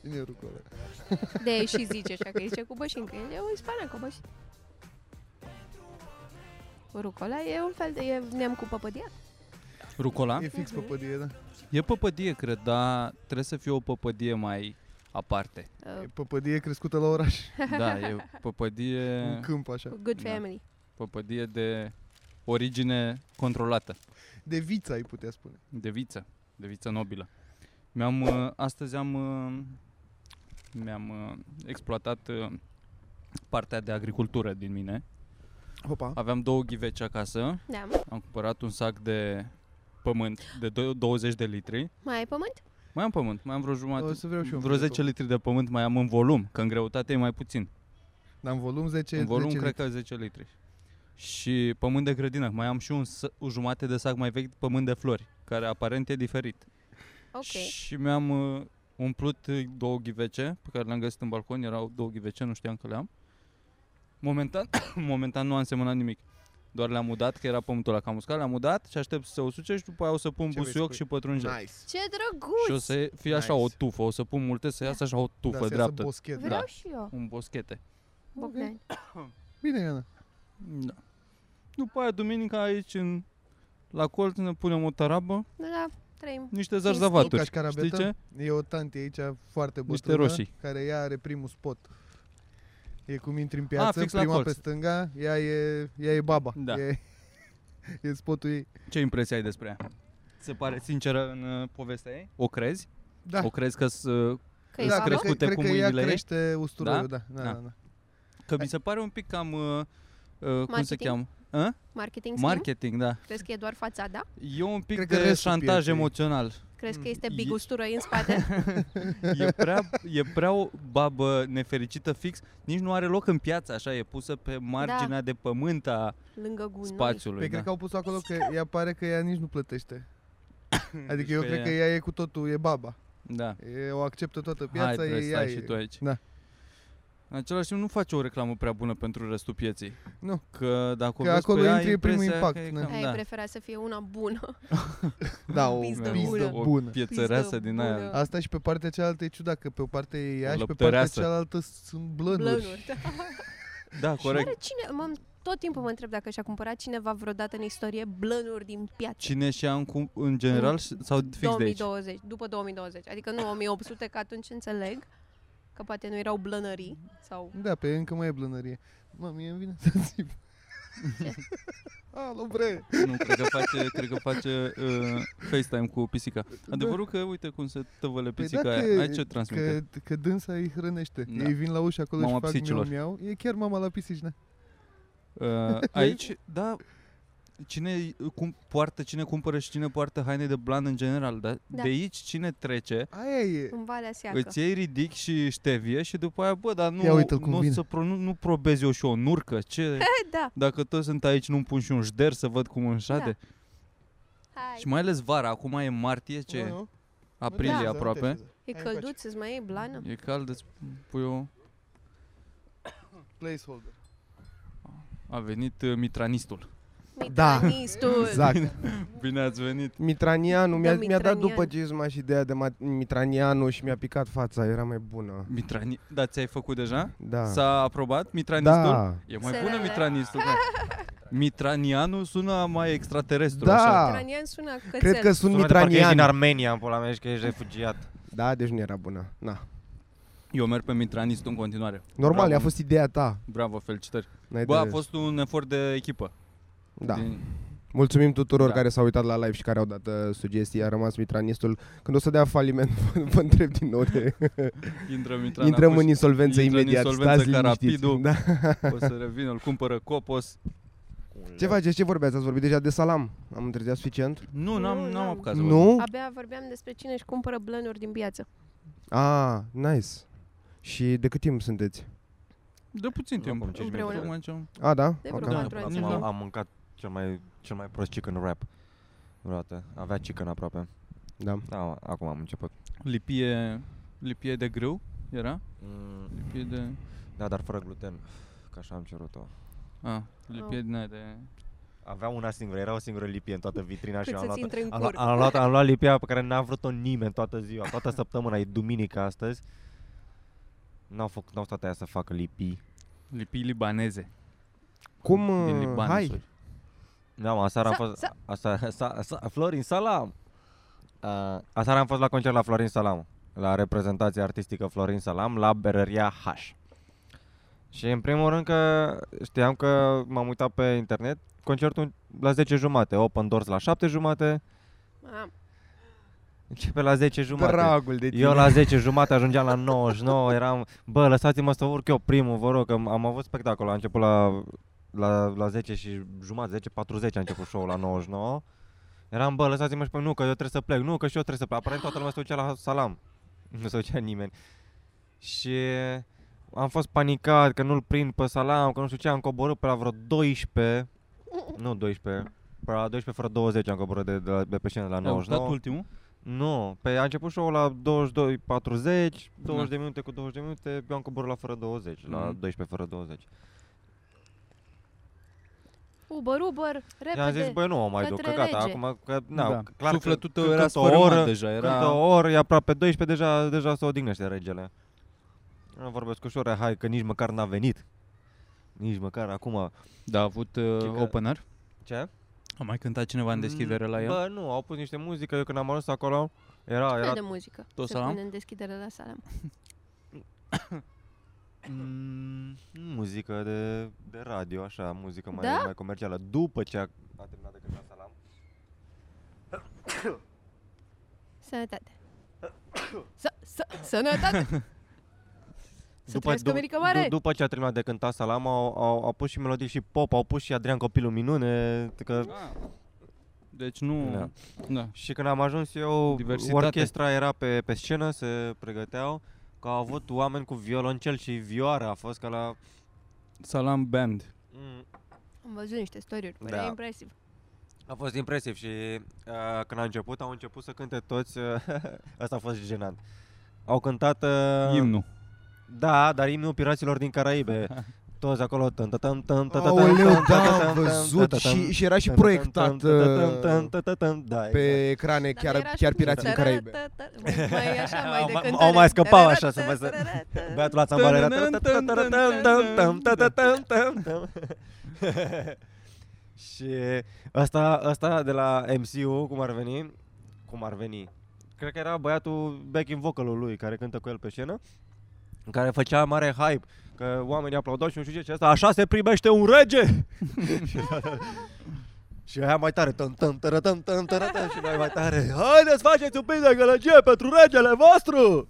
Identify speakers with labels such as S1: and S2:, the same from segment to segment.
S1: Cine e rucola?
S2: De și zice așa, că zice cu bășincă. E o ispană cu bășincă. Rucola e un fel de e neam cu păpădia.
S3: Rucola?
S1: E fix păpădie, da?
S3: E păpădie, cred, dar trebuie să fie o păpădie mai aparte.
S1: E păpădie crescută la oraș,
S3: Da, e păpădie,
S1: în câmp așa.
S2: Cu good
S3: Da.
S2: family.
S3: păpădie de origine controlată,
S1: De vița ai putea spune.
S3: de viță, de viță nobilă. Mi-am, uh, astăzi am, uh, mi-am uh, exploatat uh, partea de agricultură din mine.
S1: Hopa.
S3: Aveam două ghiveci acasă,
S2: Da.
S3: am cumpărat un sac de pământ de dou- 20 de litri.
S2: Mai ai pământ?
S3: Mai am pământ, mai am vreo
S1: O
S3: jumătate,
S1: să vreau și eu. un
S3: vreo
S1: pic de
S3: 10 litri de pământ mai am în volum, că în greutate e mai puțin.
S1: tot. Dar în volum 10,
S3: în volum
S1: 10
S3: cred că 10 litri. Și pământ de grădină. Mai am și un s- o jumate de sac mai vechi de pământ de flori, care aparent e diferit.
S2: Ok.
S3: Și mi-am uh, umplut uh, două ghivece pe care le-am găsit în balcon. Erau două ghivece, nu știam că le-am. Momentan, momentan nu am semănat nimic. Doar le-am udat, că era pământul la cam uscat, le-am udat și aștept să se usuce și după aia o să pun
S1: Ce vrei să
S3: busuioc
S1: pui?
S3: și pătrunjel.
S1: Nice.
S2: Ce
S3: Și o
S2: drăguț!
S3: să fie așa o
S1: Nice.
S3: tufă, o să pun multe să iasă așa o tufă
S1: Da, se iasă
S3: dreaptă.
S1: boschet.
S2: Vreau
S3: da.
S2: și eu,
S3: Un boschete.
S2: Bogdan.
S1: Bine, Iana.
S3: Da. După aia, duminica aici, în, la colț, ne punem o tarabă,
S2: Da, trăim.
S3: niște
S1: Tu
S3: zarzavaturi.
S1: cașcarabetă?
S3: Știi ce?
S1: E o tante aici foarte
S3: Niște
S1: bătrână
S3: roșii.
S1: care ea are primul spot. E cum intri în piață,
S3: fix la
S1: prima
S3: colț.
S1: pe stânga, ea e, ea e baba.
S3: Da.
S1: E, e spotul ei.
S3: Ce impresie ai despre ea? Se pare sinceră în uh, povestea ei? O crezi?
S1: Da.
S3: O crezi că uh,
S2: Că
S3: Îți
S2: e
S1: da,
S2: da,
S1: cred
S2: babă?
S1: că,
S3: crescute
S1: cred
S3: cu
S1: că ea
S3: mâinile ei?
S1: crește usturoiul, da? Da, da,
S3: Da.
S1: da. da.
S3: Că mi se pare un pic cam... Uh, uh, cum se
S2: Marketing?
S3: cheamă? A?
S2: Marketing scheme?
S3: Marketing, da.
S2: Crezi că e doar fațada?
S3: E un pic
S1: Cred că
S3: de
S1: restul
S3: șantaj
S1: pieței.
S3: emoțional.
S2: Crezi că
S1: Mm.
S2: este
S3: E-
S2: big usturoi în spate?
S3: E prea, e prea o babă nefericită fix, nici nu are loc în piață, așa, e pusă pe marginea de pământ a
S2: Lângă gunoi.
S3: spațiului.
S1: Păi
S3: da.
S1: cred că au pus acolo că ea pare că ea nici nu plătește.
S3: Deci
S1: Adică eu cred că ea e cu totul, e baba.
S3: Da.
S1: E, o acceptă toată piața,
S3: Hai,
S1: e
S3: trebuie să
S1: ea.
S3: stai
S1: E.
S3: și tu aici.
S1: Da.
S3: În același timp nu face o reclamă prea bună pentru restul pieței.
S1: Nu.
S3: Că dacă
S1: Că
S3: o vezi
S1: acolo
S3: pe ea,
S1: intri, e primul
S3: impresia
S1: impact,
S3: că e
S1: da.
S3: cam-
S2: Ai
S3: da.
S2: prefera să fie una bună.
S1: Da, o
S2: Pizdă
S1: pizdă
S2: bună.
S3: o
S1: bună.
S3: piețăreasă
S2: Pizdă
S3: din
S2: bună.
S3: aia.
S1: Asta și pe partea cealaltă e ciudat, că pe o parte e ea și pe partea
S3: Lăptăreasă.
S1: cealaltă sunt blănuri.
S2: Blănuri. da.
S3: Da,
S2: Oare
S3: corect.
S2: cine, mă, tot timpul mă întreb dacă și-a cumpărat cineva vreodată în istorie blănuri din piață.
S3: Cine și ea în, cum, în general s- sau fix de aici?
S2: 2020, după 2020. Adică nu 1800, că atunci înțeleg că poate nu erau blănării sau...
S1: Da, pe încă mai e blănărie. Mă, mie îmi vine să zic. Alo, bre!
S3: Nu, cred că face, cred că face uh, FaceTime cu pisica. Adevărul că uite cum se tăvăle
S1: Da. Păi
S3: pisica
S1: da,
S3: aia.
S1: că-
S3: Aici ce transmite.
S1: Că, că dânsa îi hrănește.
S3: Da.
S1: Ei vin la ușă acolo
S3: Mama
S1: și fac
S3: pisicilor.
S1: miau, miau. E chiar mama la pisici, da.
S3: Uh, aici, da, cine cum, poartă, cine cumpără și cine poartă haine de blan în general, da?
S2: Da.
S3: De aici cine trece
S1: Aia e.
S2: În Valea Seacă.
S3: Îți iei ridic și ștevie și după aia, bă, dar nu,
S1: Ia uite-l cum
S3: nu, o
S1: vine.
S3: să pro, nu, nu probez eu și o nurcă. Ce?
S2: Da,
S3: Dacă toți sunt aici, nu-mi pun și un șder să văd cum înșade.
S2: hai.
S3: Și mai ales vara, acum e martie, ce?
S1: Nu, nu, nu
S3: Aprilie
S2: Da.
S1: te așeza, nu te
S3: aproape.
S1: așeza.
S2: E
S1: Hai încoace.
S2: călduț, îți mai e blană?
S3: E cald, îți pui o...
S1: Placeholder.
S3: A venit uh, mitranistul.
S4: Da.
S2: Mitranistul.
S4: Exact.
S3: Bine ați venit.
S4: Mitranianu, mi-a, mi-a dat
S2: Mitranian.
S4: după ce mi-a și ideea de ma- Mitranianu și mi-a picat fața, era mai bună.
S3: Mitrani... Da, ți-ai făcut deja?
S4: Da.
S3: S-a aprobat mitranistul?
S4: da.
S3: E mai
S2: Se
S3: bună
S2: vede.
S3: mitranistul, da. Mitranianul sună mai extraterestru, așa.
S4: Da.
S2: Mitranian sună cățel.
S4: Cred că sunt
S5: Sună de parcă ești din
S4: Mitranian.
S5: Armenia, în pula mea, și că ești refugiat.
S4: Da, deci nu era bună. Na.
S3: Eu merg pe mitranistul în continuare.
S4: Normal,
S3: Bravo.
S4: a fost ideea ta.
S3: Bravo, felicitări.
S4: N-ai
S3: Bă, a
S4: de-
S3: fost un efort de echipă.
S4: Da.
S3: Din-
S4: Mulțumim tuturor
S3: Da.
S4: care s-au uitat la live și care au dat uh, sugestii. A rămas Mitranistul. Când o să dea faliment, vă, vă întreb din nou de...
S3: Intră Mitran
S4: Intrăm
S3: acum
S4: în insolvență
S3: Da, intră în
S4: imediat.
S3: insolvență
S4: Stați
S3: ca
S4: liniștiți.
S3: rapidul.
S4: Da.
S3: și O să revină, îl cumpără Copos.
S4: Ce faceți? Ce vorbeați? Ați vorbit deja de salam. Am întârziat suficient?
S3: Nu, n-am,
S2: Nu,
S3: n-am
S2: n-am.
S3: apucat să văd.
S4: Nu?
S2: Abia vorbeam despre cine își cumpără blănuri din piață.
S4: Ah, nice. Și de cât timp sunteți?
S3: De puțin
S5: Nu,
S3: timp.
S5: acum cinci
S2: Împreună.
S3: Tocmai ce-am-
S4: A, da?
S2: De
S4: Ok.
S2: vreo patru ani.
S3: Nici
S5: Am,
S3: nu.
S5: am mâncat cel mai, cel mai prost chicken wrap. Vreodată. Avea chicken aproape.
S4: Da.
S5: Da, acum am început.
S3: Lipie, lipie de grâu era?
S5: Mm,
S3: Lipie de...
S5: Da, dar fără gluten. Că așa am cerut-o.
S3: A, lipie din aia de...
S5: Avea una singură, era o singură lipie în toată vitrina și
S2: Cât
S5: am
S2: să-ți
S5: luat
S2: intre în
S5: Am, lu-
S2: cur.
S5: am, luat, am luat lipia pe care n-a vrut-o nimeni toată ziua, toată săptămâna, e duminică astăzi N-au, făc, n-au stat aia să facă lipi.
S3: Lipii libaneze.
S4: Cum...
S3: Din
S4: uh,
S3: Liban,
S4: hai,
S3: sorry.
S5: Da, mă, aseară am
S2: Sa-
S5: fost...
S2: sa-
S5: Asta, sa, sa, Florin Salam! Uh, aseară am fost la concert la Florin Salam, la reprezentația artistică Florin Salam, la Berăria H. Și în primul rând că știam că m-am uitat pe internet, concertul la 10 jumate, open doors la 7 jumate,
S2: Am.
S5: începe la 10 jumate.
S4: dragul de tine.
S5: Eu la 10 jumate ajungeam la 99, eram, bă, lăsați-mă să urc eu primul, vă rog, că am am avut spectacol, a început la, la, la 10 și jumate, 10, 40 a început show-ul la 99. Eram, bă, lăsați-mă și pe nu, că eu trebuie să plec, nu, că și eu trebuie să plec. Aparent toată lumea se ducea la salam, nu se ducea nimeni. Și am fost panicat că nu-l prind pe salam, că nu știu ce, am coborât pe la vreo 12, nu 12, pe la 12 fără 20 am coborât de, de, la- de pe scenă de la
S3: Au stat
S5: 99.
S3: ultimul.
S5: Nu, pe a început show-ul la 22, 40, 20
S3: Da.
S5: de minute cu 20 de minute, eu am coborât la fără 20, la
S3: Mhm.
S5: 12 fără 20.
S2: Uber, Uber,
S5: Eu am
S2: repede.
S5: zis, băi, nu o mai duc, că
S2: către
S5: gata,
S2: rege.
S5: acum, că, na,
S4: Da.
S5: clar
S3: Sufletul
S5: că,
S3: tău
S5: când
S3: era
S5: cânt o oră,
S3: sfărâmat deja,
S5: Când o
S3: era...
S5: oră, e aproape 12, deja, deja se odihnește regele. Eu vorbesc cu șorea, hai că nici măcar n-a venit. Nici măcar acum.
S3: Da, a avut
S5: Știi
S3: uh,
S5: că-
S3: opener.
S5: Ce?
S3: A mai cântat cineva în deschidere la el.
S5: Mm, Bă, nu, au pus niște muzică, eu când am ajuns acolo, era,
S2: Fel
S5: era
S2: de muzică.
S3: Tot
S2: se
S3: salam?
S2: pune în deschidere la salam.
S5: Mm, muzică de, de radio, așa, muzică mai,
S2: Da?
S5: mai comercială. După ce a, a terminat de cântat Salam.
S2: Sănătate. Să, să, sănătate! Să trăiască America Mare!
S5: după ce a terminat de cântat Salam, au, au, au pus și melodii și pop, au pus și Adrian Copilul Minune. Că,
S2: Da.
S3: Ah. Deci nu...
S5: Da.
S3: Da. da.
S5: și când am ajuns eu,
S3: Diversitate.
S5: orchestra era pe, pe scenă, se pregăteau. Că au avut oameni cu violoncel și vioară, a fost ca la...
S3: Salam Band.
S5: Mm,
S2: Am văzut niște story-uri,
S5: Da.
S2: părea impresiv.
S5: A fost impresiv și uh, când a început, au început să cânte toți, uh, asta a fost jenant. Au cântat... Uh,
S3: Imnul.
S5: Da, dar imnul piraților din Caraibe. Toți acolo. tân, tân, tân, tân, tân, tân, tân,
S4: Aoleu,
S5: tân, tân,
S4: da, am
S5: tân,
S4: văzut
S5: tân, tân,
S4: și, și era și
S5: tân, tân,
S4: proiectat
S5: tân, tân, tân,
S4: uh,
S5: tân, tân, tân, Da, exact.
S4: pe ecrane chiar, chiar pirații din Caraibe.
S2: Mai așa, mai
S5: Au
S2: de
S5: mai-
S2: cântare.
S5: au mai scăpat așa să vă- să- exact. Băiatul la țambale era
S3: Tân, tân, tân, tân, tân,
S5: Și ăsta, ăsta de la MCU, cum ar veni? Cum ar veni? Cred că era băiatul backing vocal-ul lui care cântă cu el pe scenă în care făcea mare hype, că oamenii aplaudau și nu știu ce, și asta, așa se primește un rege! și aia mai tare, tân, tân, tără, tân, tân, tără, tân, și mai, mai tare, haideți faceți un pic de gălăgie pentru regele vostru!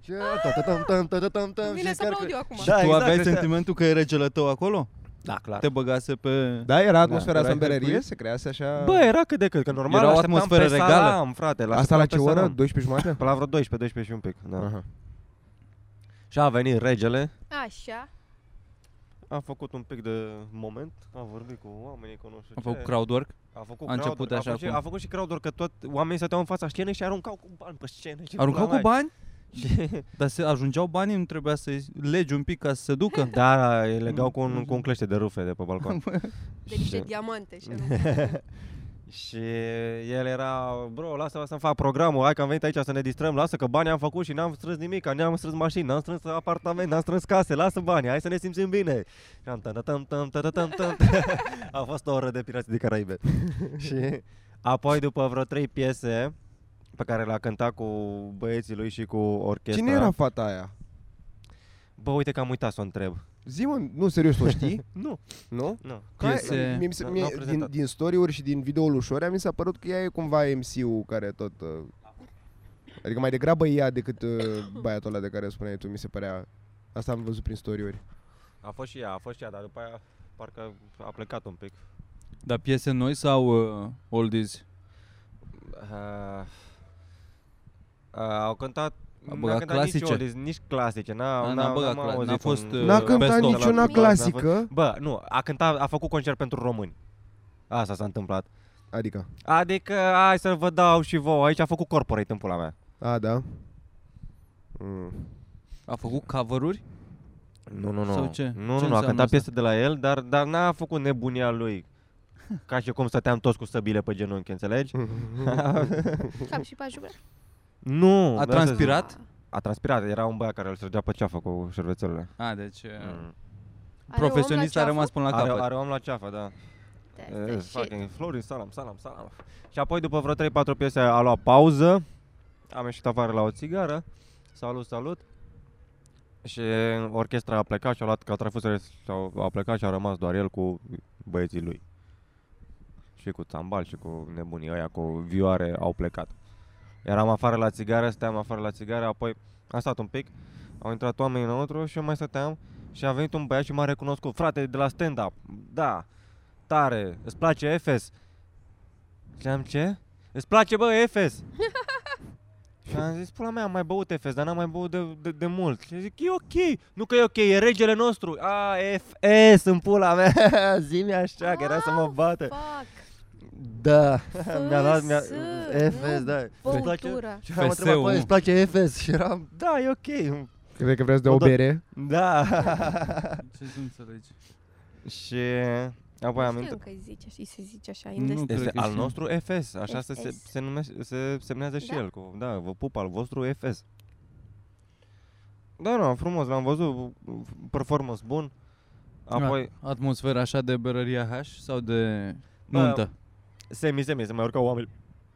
S5: Și tân, tân, tân, tân, tân, tân,
S2: Vine
S5: și
S2: să
S5: chiar
S2: aplaud
S5: că-
S2: eu acum.
S5: Da,
S3: tu
S5: exact,
S3: aveai
S5: cred că-
S3: sentimentul că e regele tău acolo?
S5: Da, clar.
S3: Te băgase pe...
S4: Da, era atmosfera
S3: Era
S4: asta în
S3: hype-ul
S4: berărie,
S3: ei?
S4: se crease așa...
S5: Bă, era cât de cât, că normal
S3: Era o
S5: așteptam
S3: atmosferă
S5: pe
S3: regală.
S5: Salam, frate.
S4: Asta la ce
S5: așteptam pe
S4: oră?
S5: Salam.
S4: 12 jumate?
S5: Pe la vreo 12, 12 și un pic, da.
S4: Aha.
S5: Și a venit regele,
S2: Așa.
S5: a făcut un pic de moment, a vorbit cu oamenii, cu nu știu
S3: A
S5: ce.
S3: făcut crowdwork?
S5: A făcut
S3: A
S5: crowd,
S3: început
S5: a
S3: așa
S5: făcut, și-
S3: cum-
S5: a făcut și crowd că tot oamenii stăteau în fața scenei și aruncau cu bani pe scenă. și
S3: Aruncau
S5: pula
S3: cu
S5: mea.
S3: bani?
S5: Și-
S3: Dar se ajungeau banii, nu trebuia să legi un pic ca să se ducă?
S5: da, îi legau cu un, cu un clește de rufe de pe balcon.
S2: De niște
S5: Și-
S2: diamante și
S5: și el era, bro, lasă-mă să-mi fac programul, hai că am venit aici să ne distrăm, lasă că bani am făcut și n-am strâns nimic, ne-am strâns mașini, n-am strâns apartament, n-am strâns case, lasă bani, hai să ne simțim bine. Și am tam tam tam tam tam tam A fost o oră de Pirații de Caraibe. și apoi după vreo trei piese pe care l-a cântat cu băieții lui și cu orchestra.
S4: Cine era fata aia?
S5: Bă, uite că am uitat să o întreb.
S4: Zi mă, nu, serios, o știi?
S5: Nu,
S4: nu?
S5: nu.
S4: Că aia-
S3: Piese-
S4: mie mi se-
S5: N-au
S4: mie, din,
S5: prezentat.
S4: din story-uri și din videoul ușor, mi s-a părut că ea e cumva MC-ul care tot... uh, Adică mai degrabă ea decât uh, băiatul ăla de care spuneai tu, mi se părea... Asta am văzut prin story-uri.
S5: A fost și ea, a fost și ea, dar după aia parcă a plecat un pic.
S3: Dar piese noi sau uh, oldies?
S5: Uh, uh, au cântat
S3: A
S5: n-a
S3: băgat
S5: cântat
S3: clasice.
S5: Nici, oldies, nici clasice, n-a,
S3: A, n-a
S5: n-a, n-a,
S3: băgat
S5: n-am
S3: cla-
S5: auzit
S3: n-a fost,
S5: un-
S3: uh,
S4: N-a
S3: best
S4: cântat
S3: of.
S4: niciuna
S5: N-a- n-a
S4: clasică,
S5: Bă, nu, a cântat, a făcut concert pentru români. Asta s-a întâmplat.
S4: adică...
S5: Adică, hai să vă dau și vouă, aici a făcut corporate în pula mea.
S4: A, da. Mm.
S3: A făcut cover-uri?
S5: Nu, nu, nu.
S3: Sau ce? Ce
S5: Nu, nu, nu, a
S3: înseamnă
S5: cântat
S3: asta?
S5: piese de la el, dar, dar n-a făcut nebunia lui. Ca și cum stăteam toți cu săbile pe genunchi, înțelegi?
S2: Cam și Ah, pe ajungă.
S5: nu!
S3: A
S5: de asta zic.
S3: transpirat?
S5: A, A transpirat, era un băiat care îl sărgea pe ceafă cu șervețelele.
S3: A, deci... Mm.
S5: Mm.
S3: Profesionist a
S2: ceafă?
S3: rămas până la
S5: Are,
S3: capăt.
S5: are om la ceafă, da.
S2: That's the
S5: Eh,
S2: shit.
S5: fucking Florin, salam, salam, salam. Și apoi după vreo 3-4 piese a luat pauză, am ieșit afară la o țigară, salut, salut. Și orchestra a plecat și a luat catrafusele și au- a plecat și a rămas doar el cu băieții lui. Și cu țambal și cu nebunii ăia, cu vioare au plecat. Eram afară la țigară, stăteam afară la țigară, apoi am stat un pic, au intrat oameni înăuntru și eu mai stăteam și a venit un băiat și m-a recunoscut. Frate, de la stand-up, da, tare, îți place Efes? Și am ce? Îți place, bă, Efes! și am zis, pula mea, am mai băut Efes, dar n-am mai băut de, de, de mult. Și zic, e ok, nu că e ok, e regele nostru. A, Efes, în pula mea, zi-mi așa, că era să mă bată.
S2: Fuck.
S6: Da, mi-a
S2: Mi-a
S6: luat, mi-a...
S2: nu
S5: Eh,
S6: Efes, da. Îți place?
S2: Băutura.
S6: Și am
S3: FSU.
S6: întrebat, bă, îți place Efes? Și eram, da, e ok.
S4: Cred că vreți de
S6: Mă
S4: o
S6: dau-
S4: bere?
S6: Da.
S3: Ce nu înțelegi?
S5: Și apoi am
S2: Știam
S5: intrat.
S2: că îi zice, și se zice așa,
S3: Nu.
S2: indestin.
S5: Este
S3: Cred că
S5: al
S3: și-
S5: nostru Efes, așa se, se,
S2: Efes.
S5: se, numește, se semnează și
S2: Da.
S5: el. Cu, da, vă pup al vostru Efes. Da, nu, frumos, l-am văzut, performance bun.
S3: Da.
S5: Apoi,
S3: Atmosfera așa de berăria H sau de
S5: Bă,
S3: nuntă?
S5: semi, semi, se mai urcau oameni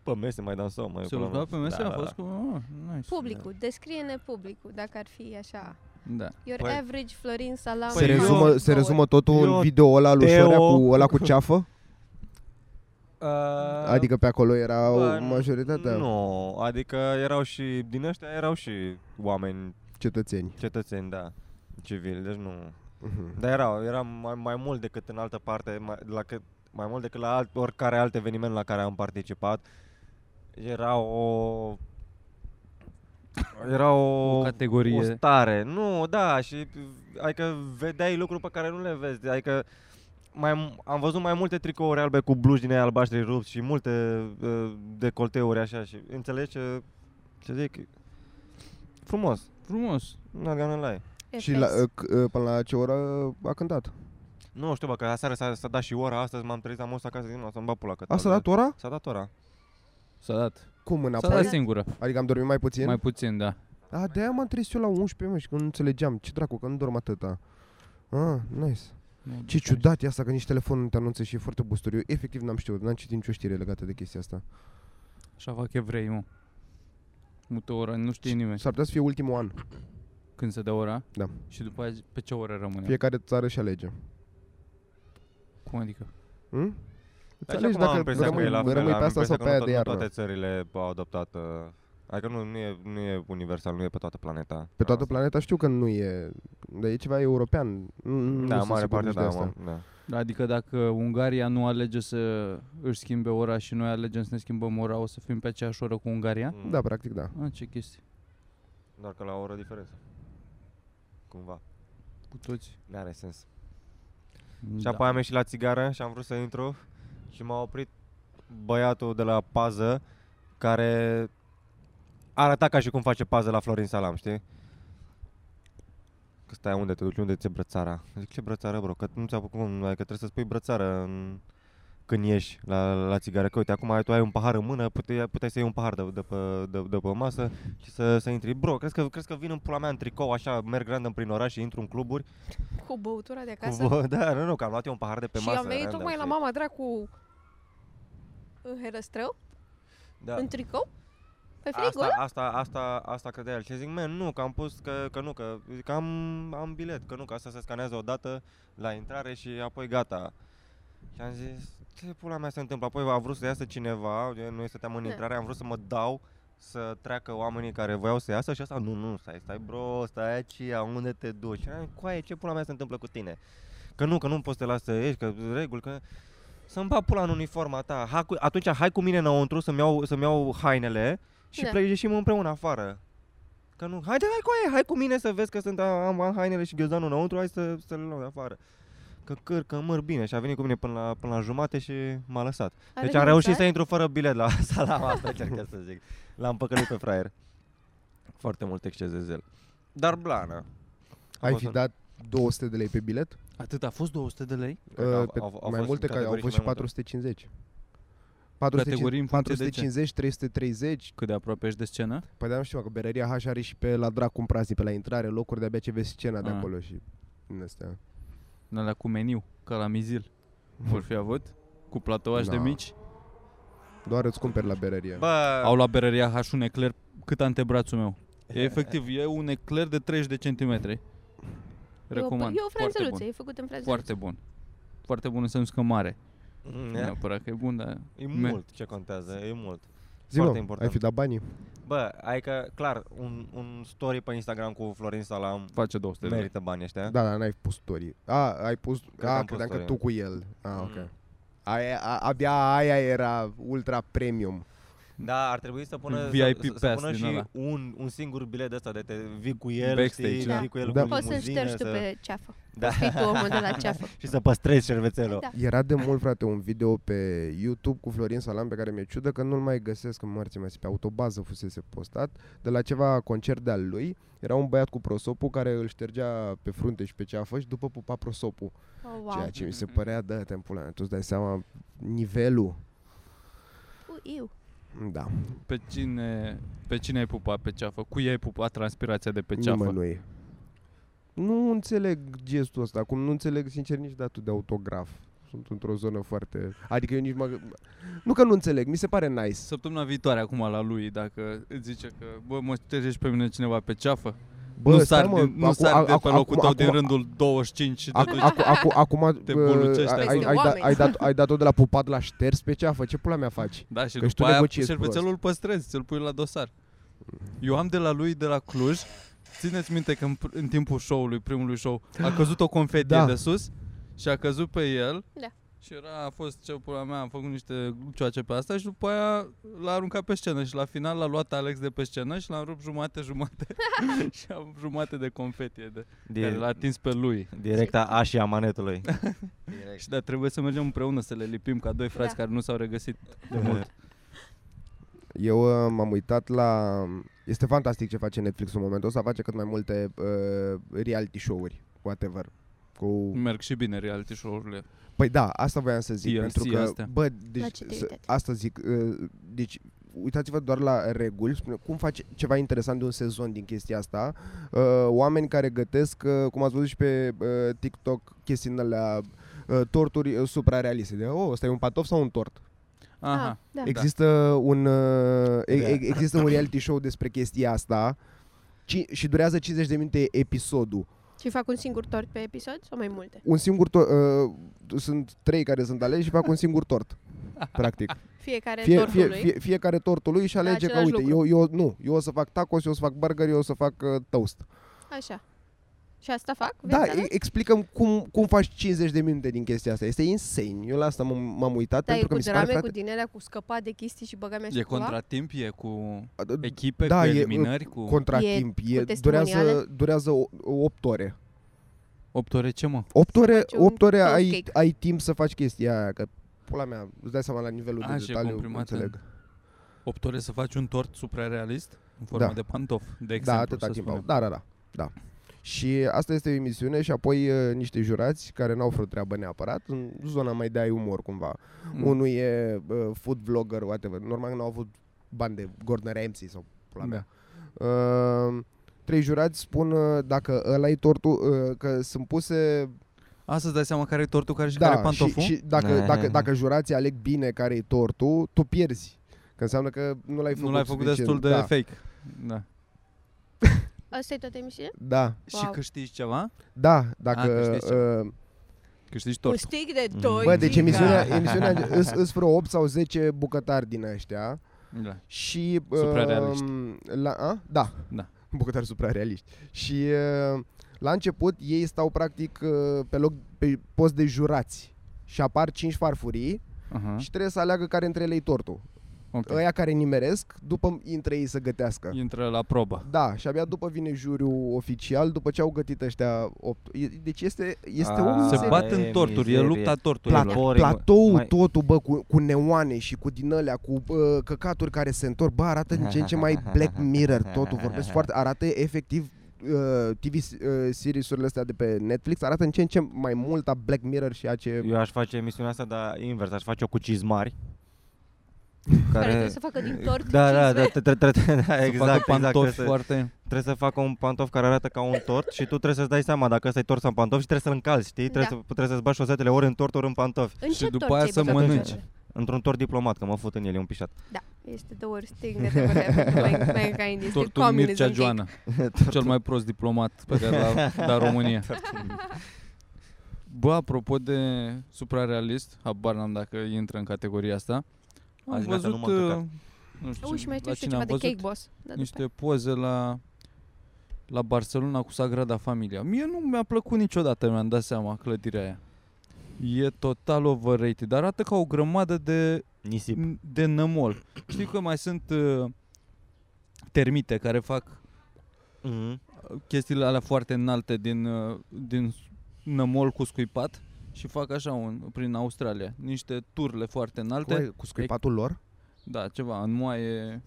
S5: pe mese, mai dansau. Mai
S3: Se
S5: pula
S3: urca
S5: mea.
S3: pe mese,
S5: Da,
S3: a
S5: da,
S3: fost cu... Oh, nice.
S2: Publicul, descrie-ne publicul, dacă ar fi așa.
S3: Da.
S2: Your
S5: Păi-
S2: average Florin Salam.
S4: Se
S5: Păi eu-
S4: rezumă, se rezumă totul
S5: eu-
S4: în video ăla lui Șorea
S5: Teo-
S4: cu ăla cu ceafă?
S5: da.
S4: Adică pe acolo erau
S5: Bă,
S4: majoritatea
S5: Nu, adică erau și, din ăștia erau și oameni,
S4: cetățeni.
S5: cetățeni, da, civili, deci nu,
S4: Mhm.
S5: Dar era, era mai, mai mult decât în altă parte, mai, la cât, mai mult decât la alt, oricare alt eveniment la care am participat. Era o... Era o,
S3: O categorie.
S5: o stare. Nu, da, și adică vedeai lucruri pe care nu le vezi. Adică mai, m- am văzut mai multe tricouri albe cu blugi din aia albaștri rupți și multe uh, decolteuri așa și înțelegi ce, ce zic? Frumos.
S3: Frumos.
S5: Not gonna lie.
S4: Și la, ă, c- până la ce oră a cântat?
S5: Nu știu, bă, că aseară s-a, s-a dat și ora, astăzi m-am trezit, am ajuns acasă din nou, să-mi bat pula că
S4: A
S5: tot-
S4: dat ora?
S5: S-a dat ora.
S3: S-a dat.
S4: Cum
S3: S-a
S4: înapoi?
S3: dat singură.
S4: Adică am dormit mai puțin?
S3: Mai puțin, da.
S4: A, de-aia m-am trezit eu la 11, mă, și că nu înțelegeam. Ce dracu, că nu dorm atâta. Ah, nice. Ce ciudat e asta că nici telefonul nu te anunță și e foarte busturiu. Efectiv n-am știut, n-am citit nicio știre legată de chestia asta.
S3: Așa fac evrei, mă. Mută oră, nu știe nimeni
S4: S-ar putea să fie ultimul an.
S3: când se dă ora.
S4: Da.
S3: Și după aia zi- pe ce oră rămâne?
S4: Fiecare țară și alege.
S3: Cum adică?
S4: Hm? Îți
S5: Dar și
S4: alegi
S5: Deci acum am
S4: dacă
S5: impresia că
S4: rămâi,
S5: e la fel,
S4: rămâi
S5: am
S4: pe asta sau
S5: impresia
S4: pe aia
S5: că nu to-
S4: de
S5: nu
S4: iarnă.
S5: Toate țările au adoptat, uh, adică nu, nu, e, nu e universal, nu e pe toată planeta.
S4: Pe toată
S5: Asta.
S4: planeta știu că nu e, dar e ceva european. Nu, nu
S5: Da,
S4: sunt
S5: mare
S4: sigur
S5: parte,
S4: nici de
S5: da,
S4: asta.
S5: mă, da.
S3: Adică dacă Ungaria nu alege să își schimbe ora și noi alegem să ne schimbăm ora, o să fim pe aceeași oră cu Ungaria?
S5: Mm,
S4: Da, practic da.
S3: A, ce chestie.
S5: Doar că la o oră diferență. Cumva.
S3: Cu toți.
S5: N-are sens. Și
S3: Da.
S5: apoi am ieșit la țigară și am vrut să intru și m-a oprit băiatul de la pază care arăta ca și cum face pază la Florin Salam, știi? Că stai unde te duci, unde ți-e brățara? Zic, ce brățară, bro? Că nu ți-a făcut cum, adică trebuie să spui brățară în... când ieși la, la țigară. Că uite, acum ai, tu ai un pahar în mână, puteai, puteai să iei un pahar de, de, pe, de, de pe masă și să, să intri. Bro, crezi că, crezi că vin în pula mea în tricou, așa, merg random prin oraș și intru în cluburi?
S2: Cu băutura de acasă.
S5: Cu, da, nu, nu, că am luat eu un pahar de pe
S2: și
S5: masă.
S2: am venit
S5: random,
S2: tocmai la
S5: știi?
S2: mama dracu în herăstrău,
S5: Da.
S2: în tricou, pe frigul
S5: Asta,
S2: ăla.
S5: asta, asta, asta credea el. Și zic, man, nu, că am pus, că, că nu, că, zic, am, am bilet, că nu, că asta se scanează o dată la intrare și apoi gata. Și am zis, ce pula mea se întâmplă? Apoi a vrut să iasă cineva, eu- noi stăteam în
S2: Da.
S5: intrare, am vrut să mă dau să treacă oamenii care voiau să iasă și asta, nu, nu, stai, stai, bro, stai aici, unde te duci? Și am zis, coaie, ce pula mea se întâmplă cu tine? Că nu, că nu poți să te las să ieși, că reguli, că... Să-mi bag pula în uniforma ta. Hai cu, atunci hai cu mine înăuntru să-mi iau, să-mi iau hainele și
S2: Da.
S5: da. plec, ieșim împreună afară. Că nu, haide, hai cu aia, hai cu mine să vezi că sunt, am, am hainele și ghiozdanul înăuntru, hai să, să le luăm de afară. Că căr, că măr bine și a venit cu mine până la, până la jumate și m-a lăsat.
S2: A
S5: deci
S2: venit
S5: am reușit să
S2: țară.
S5: intru fără bilet la sala asta, încerc să zic. L-am păcălit pe fraier. Foarte mult exces de zel. Dar blană.
S4: Ai fi dat 200 de lei pe bilet?
S3: Atât a fost 200 de lei?
S5: Cred că
S4: Uh,
S5: au-
S4: pe
S5: au- au
S4: mai
S5: fost
S4: multe care au
S5: categoric
S4: fost și
S5: mai multe.
S4: 450.
S3: Categorii în funcție de ce?
S4: 450, 330.
S3: Cât de aproape ești de scenă?
S4: Păi da, nu știu, că Berăria H are și pe la dracu un praznic, pe la intrare, locuri de-abia ce vezi scena de
S3: Ah.
S4: acolo și din astea.
S3: În alea cu meniu, ca la mizil. Vor fi avut? Cu platouaș de
S4: Da.
S3: mici?
S4: Doar îți cumperi la berărie.
S5: Bă,
S3: Au la berăria H un ecler cât antebrațul meu. E efectiv, e un ecler de 30 de centimetri. Recomand.
S2: E o, e o
S3: Foarte
S2: franzeluță,
S3: bun.
S2: e făcut în franzeluță.
S3: Foarte bun. Foarte bun în sensul că mare. Nu
S5: mm,
S3: neapărat că e bun, dar...
S5: e
S3: me-
S5: mult ce contează, e mult.
S4: Zi, mă, ai
S5: important.
S4: fi dat banii?
S5: Bă, adică, clar, un, un story pe Instagram cu Florin Salam
S3: Face 200 de lei.
S5: merită banii ăștia.
S4: Da, da, n-ai pus story. A, ai pus...
S5: că
S4: a,
S5: am pus
S4: credeam că
S5: story.
S4: tu cu el. A, ok.
S5: Mm.
S4: Aia, a, abia aia era ultra premium.
S5: Da, ar trebui să pună,
S3: VIP
S5: să, să
S3: pass
S5: pună
S3: din
S5: și
S3: ăla.
S5: un, un singur bilet de ăsta de te vii cu el,
S3: Backstage,
S5: știi,
S3: da.
S5: vii cu el
S4: Da.
S5: cu
S2: Poți să-l
S5: limuzină,
S2: ștergi tu
S5: să-
S2: pe ceafă.
S5: Da.
S2: Poți fi tu omul de la ceafă.
S5: Și să păstrezi șervețelul.
S2: Da.
S4: Era de mult, frate, un video pe YouTube cu Florin Salam pe care mi-e ciudă că nu-l mai găsesc în marți mai pe autobază fusese postat de la ceva concert de-al lui. Era un băiat cu prosopul care îl ștergea pe frunte și pe ceafă și după pupa prosopul.
S2: Oh, wow.
S4: Ceea ce mi
S5: Mm-hmm.
S4: se părea, da, te pula mea, tu îți dai seama nivelul.
S2: U, iu.
S4: Da,
S3: Pe cine, pe cine ai pupat pe ceafă? Cui ai pupat transpirația de pe ceafă?
S4: nimănui. Nu înțeleg gestul ăsta, acum nu înțeleg sincer nici datul de autograf. Sunt într-o zonă foarte... Adică eu nici mă... Nu că nu înțeleg, mi se pare nice.
S3: Săptămâna viitoare acum la lui, dacă îți zice că, bă, mă ștergești pe mine cineva pe ceafă,
S4: Bă,
S3: nu
S4: stai,
S3: sar,
S4: mă,
S3: din, nu
S4: acu-
S3: sar de
S4: acu-
S3: pe locul
S4: acu-
S3: tău din
S4: acu-
S3: rândul 25 și te
S4: Ac-
S3: duci.
S4: acu- acu- Acum
S3: Te
S4: bă,
S3: bolucești
S4: ai- ai,
S2: acolo.
S4: ai, da-
S2: Oameni.
S4: ai, dat, ai dat-o de la pupat la șters pe ceafă Ce pula mea faci?
S3: Da, și
S4: Că și tu
S3: după aia
S4: negociezi
S3: șervețelul îl păstrezi, ți-l pui la dosar. Eu am de la lui de la Cluj, țineți minte că în, pr- în timpul show-ului, primului show, a căzut o confetie
S4: Da.
S3: de sus și a căzut pe el.
S2: Da.
S3: Și era, a fost ce pula mea, am făcut niște cioace pe asta și după aia l-a aruncat pe scenă și la final l-a luat Alex de pe scenă și l-am rupt jumate jumate și am jumate de confetie de, care l-a
S5: Direct,
S3: atins pe lui.
S5: direct a, a și a manetului.
S3: Și da, trebuie să mergem împreună să le lipim ca doi frați
S2: Da.
S3: care nu s-au regăsit de
S5: Da.
S3: mult.
S4: Eu uh, m-am uitat la... um, Este fantastic ce face Netflix în momentul ăsta Face cât mai multe uh, reality show-uri Whatever cu...
S3: Merg și bine reality show-urile.
S4: Păi da, asta voiam să zic
S3: TLC
S4: Pentru că,
S3: astea.
S4: bă,
S2: La
S4: deci,
S2: ce te-ai
S4: să,
S2: uitat?
S4: asta zic uh, Deci uitați-vă doar la reguli, spune cum face ceva interesant de un sezon din chestia asta. Uh, oameni care gătesc, uh, cum ați văzut și pe uh, TikTok, chestii din alea, uh, torturi uh, suprarealiste. De, oh, ăsta e un patof sau un tort?
S3: Aha.
S2: Ah, da.
S4: Există un uh, e- e- există un reality show despre chestia asta. Ci, și durează 50 de minute episodul.
S2: Și fac un singur tort pe episod sau mai multe?
S4: Un singur to- uh, sunt trei care sunt aleși și fac un singur tort. Practic.
S2: Fiecare
S4: Fie,
S2: tortul
S4: fie,
S2: lui.
S4: fie, fiecare tortul lui și
S2: La
S4: alege că
S2: același
S4: uite, eu,
S2: lucru.
S4: eu nu, eu o să fac tacos, eu o să fac burger, eu o să fac uh, toast.
S2: Așa. Și asta fac?
S4: Da,
S2: Vezi,
S4: e- explicăm cum, cum faci 50 de minute din chestia asta. Este insane. Eu la asta m- m-am uitat
S2: da, e
S4: pentru că
S2: cu
S4: mi se pare
S2: drame,
S4: frate,
S2: cu din alea, cu scăpat de chestii și băga mea și
S3: E
S2: cu ceva?
S3: contratimp, e cu
S4: ad-
S3: echipe,
S4: Da,
S3: cu
S4: e, uh,
S3: eliminări, cu...
S4: contratimp. E,
S2: cu testimoniale.
S4: durează, durează 8 ore.
S3: 8 ore ce, mă?
S4: 8 ore,
S2: faci un
S4: 8 ore
S2: toast
S4: ai,
S2: cake.
S4: ai timp să faci chestia aia, că pula mea, îți dai seama la nivelul
S3: A,
S4: de
S3: și e
S4: detaliu,
S3: comprimat
S4: înțeleg.
S3: 8 ore să faci un tort suprarealist în formă
S4: Da.
S3: de pantof, de exemplu,
S4: Da, atâta
S3: să
S4: timp au.
S3: spunem.
S4: Da, da, da. da. Și asta este o emisiune și apoi uh, niște jurați care n-au vreo treabă neapărat, în zona mai de ai umor cumva.
S3: Mm.
S4: Unul e uh, food vlogger, whatever. Normal că n-au avut bani de Gordon Ramsay sau pula mea.
S3: Da.
S4: Uh, trei jurați spun uh, dacă ăla e tortul, uh, că sunt puse
S3: A, să-ți dai seama care e tortul, care și care e pantoful?
S4: Da, Și, și dacă, dacă, dacă jurații aleg bine care e tortul, tu pierzi. Că înseamnă că nu l-ai făcut
S3: nu l-ai făcut
S4: suficient.
S3: destul de
S4: da.
S3: fake. Da.
S2: Asta e toată emisiunea?
S4: Da,
S3: Și
S2: Wow.
S3: câștigi ceva?
S4: da,
S3: Ah, că
S4: dacă...
S3: știi ce.
S4: uh,
S3: Câștigi
S2: Un
S3: tortul.
S2: stick de
S5: Mm.
S2: doi
S4: bă, deci
S2: Păi, giga.
S4: emisiunea, emisiunea îs, îs vreo 8 sau 10 bucătari din ăștia
S3: Da.
S4: și... um,
S3: Suprarealiști.
S4: la, a? Da.
S3: Da.
S4: Bucătari suprarealiști. Și uh, la început ei stau practic uh, pe loc pe post de jurați și apar 5 farfurii
S3: Aha,
S4: și trebuie să aleagă care între ele e tortul.
S3: ok.
S4: ăia care nimeresc, după intră ei să gătească.
S3: Intră la
S2: Ah.
S3: probă.
S4: Da, și abia după vine juriul oficial, după ce au gătit ăștia 8. Deci este, este
S5: A,
S4: un
S3: Se
S5: Ah,
S3: bat
S5: e
S3: în torturi, e
S5: mizerie.
S3: lupta
S4: pla-
S3: torturilor.
S5: Plat-
S4: platou
S5: Mai-
S4: totul, bă, cu, cu neoane și cu din alea, cu bă, căcaturi care se întorc. Bă, arată din ce în ce mai Black Mirror totul. Vorbesc foarte, arată efectiv uh, TV uh, series-urile astea de pe Netflix arată în ce în ce mai mult a Black Mirror și a ce...
S5: Eu aș face emisiunea asta, dar invers, aș face-o cu cizmari.
S2: Care
S5: care...
S2: trebuie să facă din tort
S5: da, da, da,
S2: cinci
S5: tre- tre- tre- tre- da,
S3: să facă
S5: exact, exact.
S3: pantofi
S5: Trebuie să,
S3: foarte...
S5: trebuie să facă un pantof care arată ca un tort și tu trebuie să-ți dai seama dacă ăsta e tort sau pantof și trebuie să-l încalzi, știi? Trebuie,
S2: Da.
S5: să, trebuie să-ți bagi șosetele ori în tort, ori în pantof.
S2: În
S3: și
S2: ce
S3: după
S2: tort
S3: aia
S2: ți-ai
S3: să
S2: băgat
S3: mănânci.
S2: șosetele?
S5: Într-un tort diplomat, că mă fut în el, e un pișat.
S2: Da, este the worst thing that ever happened to man- mankind. Este
S3: Tortul
S2: communism
S3: Mircea
S2: cake.
S3: Joana, cel mai prost diplomat pe care l-a dat România. Bă, apropo de suprarealist, habar n-am dacă intră în categoria asta. Am
S5: Azi, gata, nu
S3: văzut,
S5: m-am căcat.
S3: uh, nu știu,
S2: Ui, și mai știu
S3: la
S2: și eu
S3: cine
S2: ceva
S3: am
S2: de
S3: văzut,
S2: Cake Boss. Da,
S3: niște poze la, la Barcelona cu Sagrada Familia. Mie nu mi-a plăcut niciodată, mi-am dat seama, clădirea aia. E total overrated, dar arată ca o grămadă de
S5: Nisip.
S3: de nămol. Știi că mai sunt uh, termite care fac
S5: Mm-hmm.
S3: uh, chestiile alea foarte înalte din, uh, din s- nămol cu scuipat și fac așa un, prin Australia, niște turle foarte înalte.
S4: Cum ai- Cu scuipatul lor?
S3: Da, ceva, în moaie.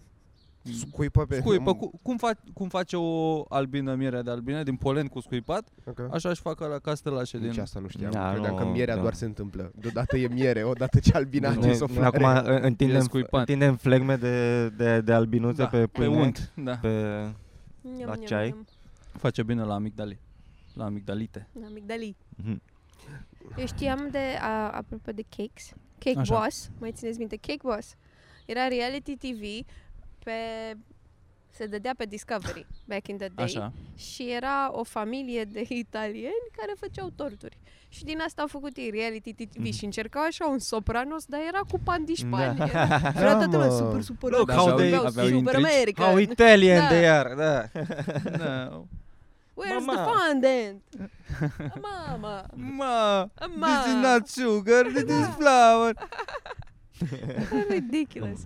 S4: Scuipă pe...
S3: Scuipă, cu, cum, fa- cum face o albină, mierea de albine, din polen cu scuipat,
S4: Okay.
S3: așa își fac la castelașe
S4: Nici
S3: din...
S4: asta nu știam.
S5: Da,
S4: Credeam
S5: nu,
S4: că mierea
S5: da.
S4: doar se întâmplă. Deodată e miere, odată ce albinatul s-o
S5: Ne, acum
S4: fure.
S5: ă, întindem,
S3: scuipat.
S5: întindem flegme de, de, de albinuțe
S3: Da,
S5: pe
S3: Pe
S5: pâine,
S3: unt, da.
S5: Pe...
S2: Niam,
S5: la
S2: niam,
S5: ceai?
S2: niam.
S3: Face bine la amigdali. La amigdalite.
S2: La Migdali.
S5: Mhm.
S2: Eu știam de, a, apropo de cakes, Cake
S3: Așa.
S2: Boss, mai țineți minte, Cake Boss. Era reality TV pe se dădea pe Discovery back in the day
S3: Așa.
S2: și era o familie de italieni care făceau torturi. Și din asta au făcut ei reality TV
S3: Mhm.
S2: și încercau așa un sopranos, dar era cu pandișpani.
S5: Da.
S2: Da. Era toată lumea
S4: mă.
S2: super, super
S5: Look
S2: rock,
S5: how
S2: super
S5: they-
S2: beau,
S3: aveau
S2: super
S3: intrigi.
S2: American.
S5: How Italian
S2: Da.
S5: they are, da.
S3: da.
S2: Where's the
S5: Mama.
S2: fondant? Mama!
S3: Ma,
S2: Ma.
S3: this is not sugar, this is flour.
S2: Ridiculous.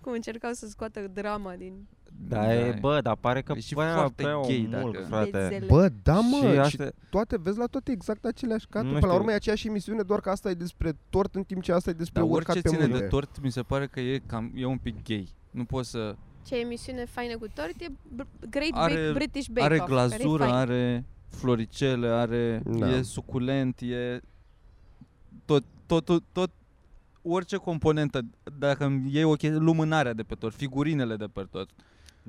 S2: Cum încercau să scoată drama din
S5: Da, e, bă, dar pare că
S3: E și
S5: părea,
S3: foarte
S5: părea
S3: gay
S5: un mulg,
S3: dacă-
S5: frate.
S2: rețele.
S4: Bă, da
S5: și
S4: mă, și,
S5: asta,
S4: toate, vezi la toate exact aceleași
S5: Nu
S4: cadre. Până la
S5: știu.
S4: urmă e aceeași emisiune, doar că asta e despre tort în timp ce asta e despre
S3: Dar
S4: urcat
S3: orice
S4: pe
S3: ține
S4: munte.
S3: de tort mi se pare că e cam e un pic gay. Nu poți să
S2: Ce emisiune faină cu tort e Br- Great
S3: Are-
S2: Bake, British Bake
S3: are
S2: Off, care e
S3: glazură,
S2: fain.
S3: are floricele, are
S4: Da.
S3: e suculent, e tot tot tot, tot orice componentă, dacă îmi iei o chestie, lumânarea de pe tort, figurinele de pe tort,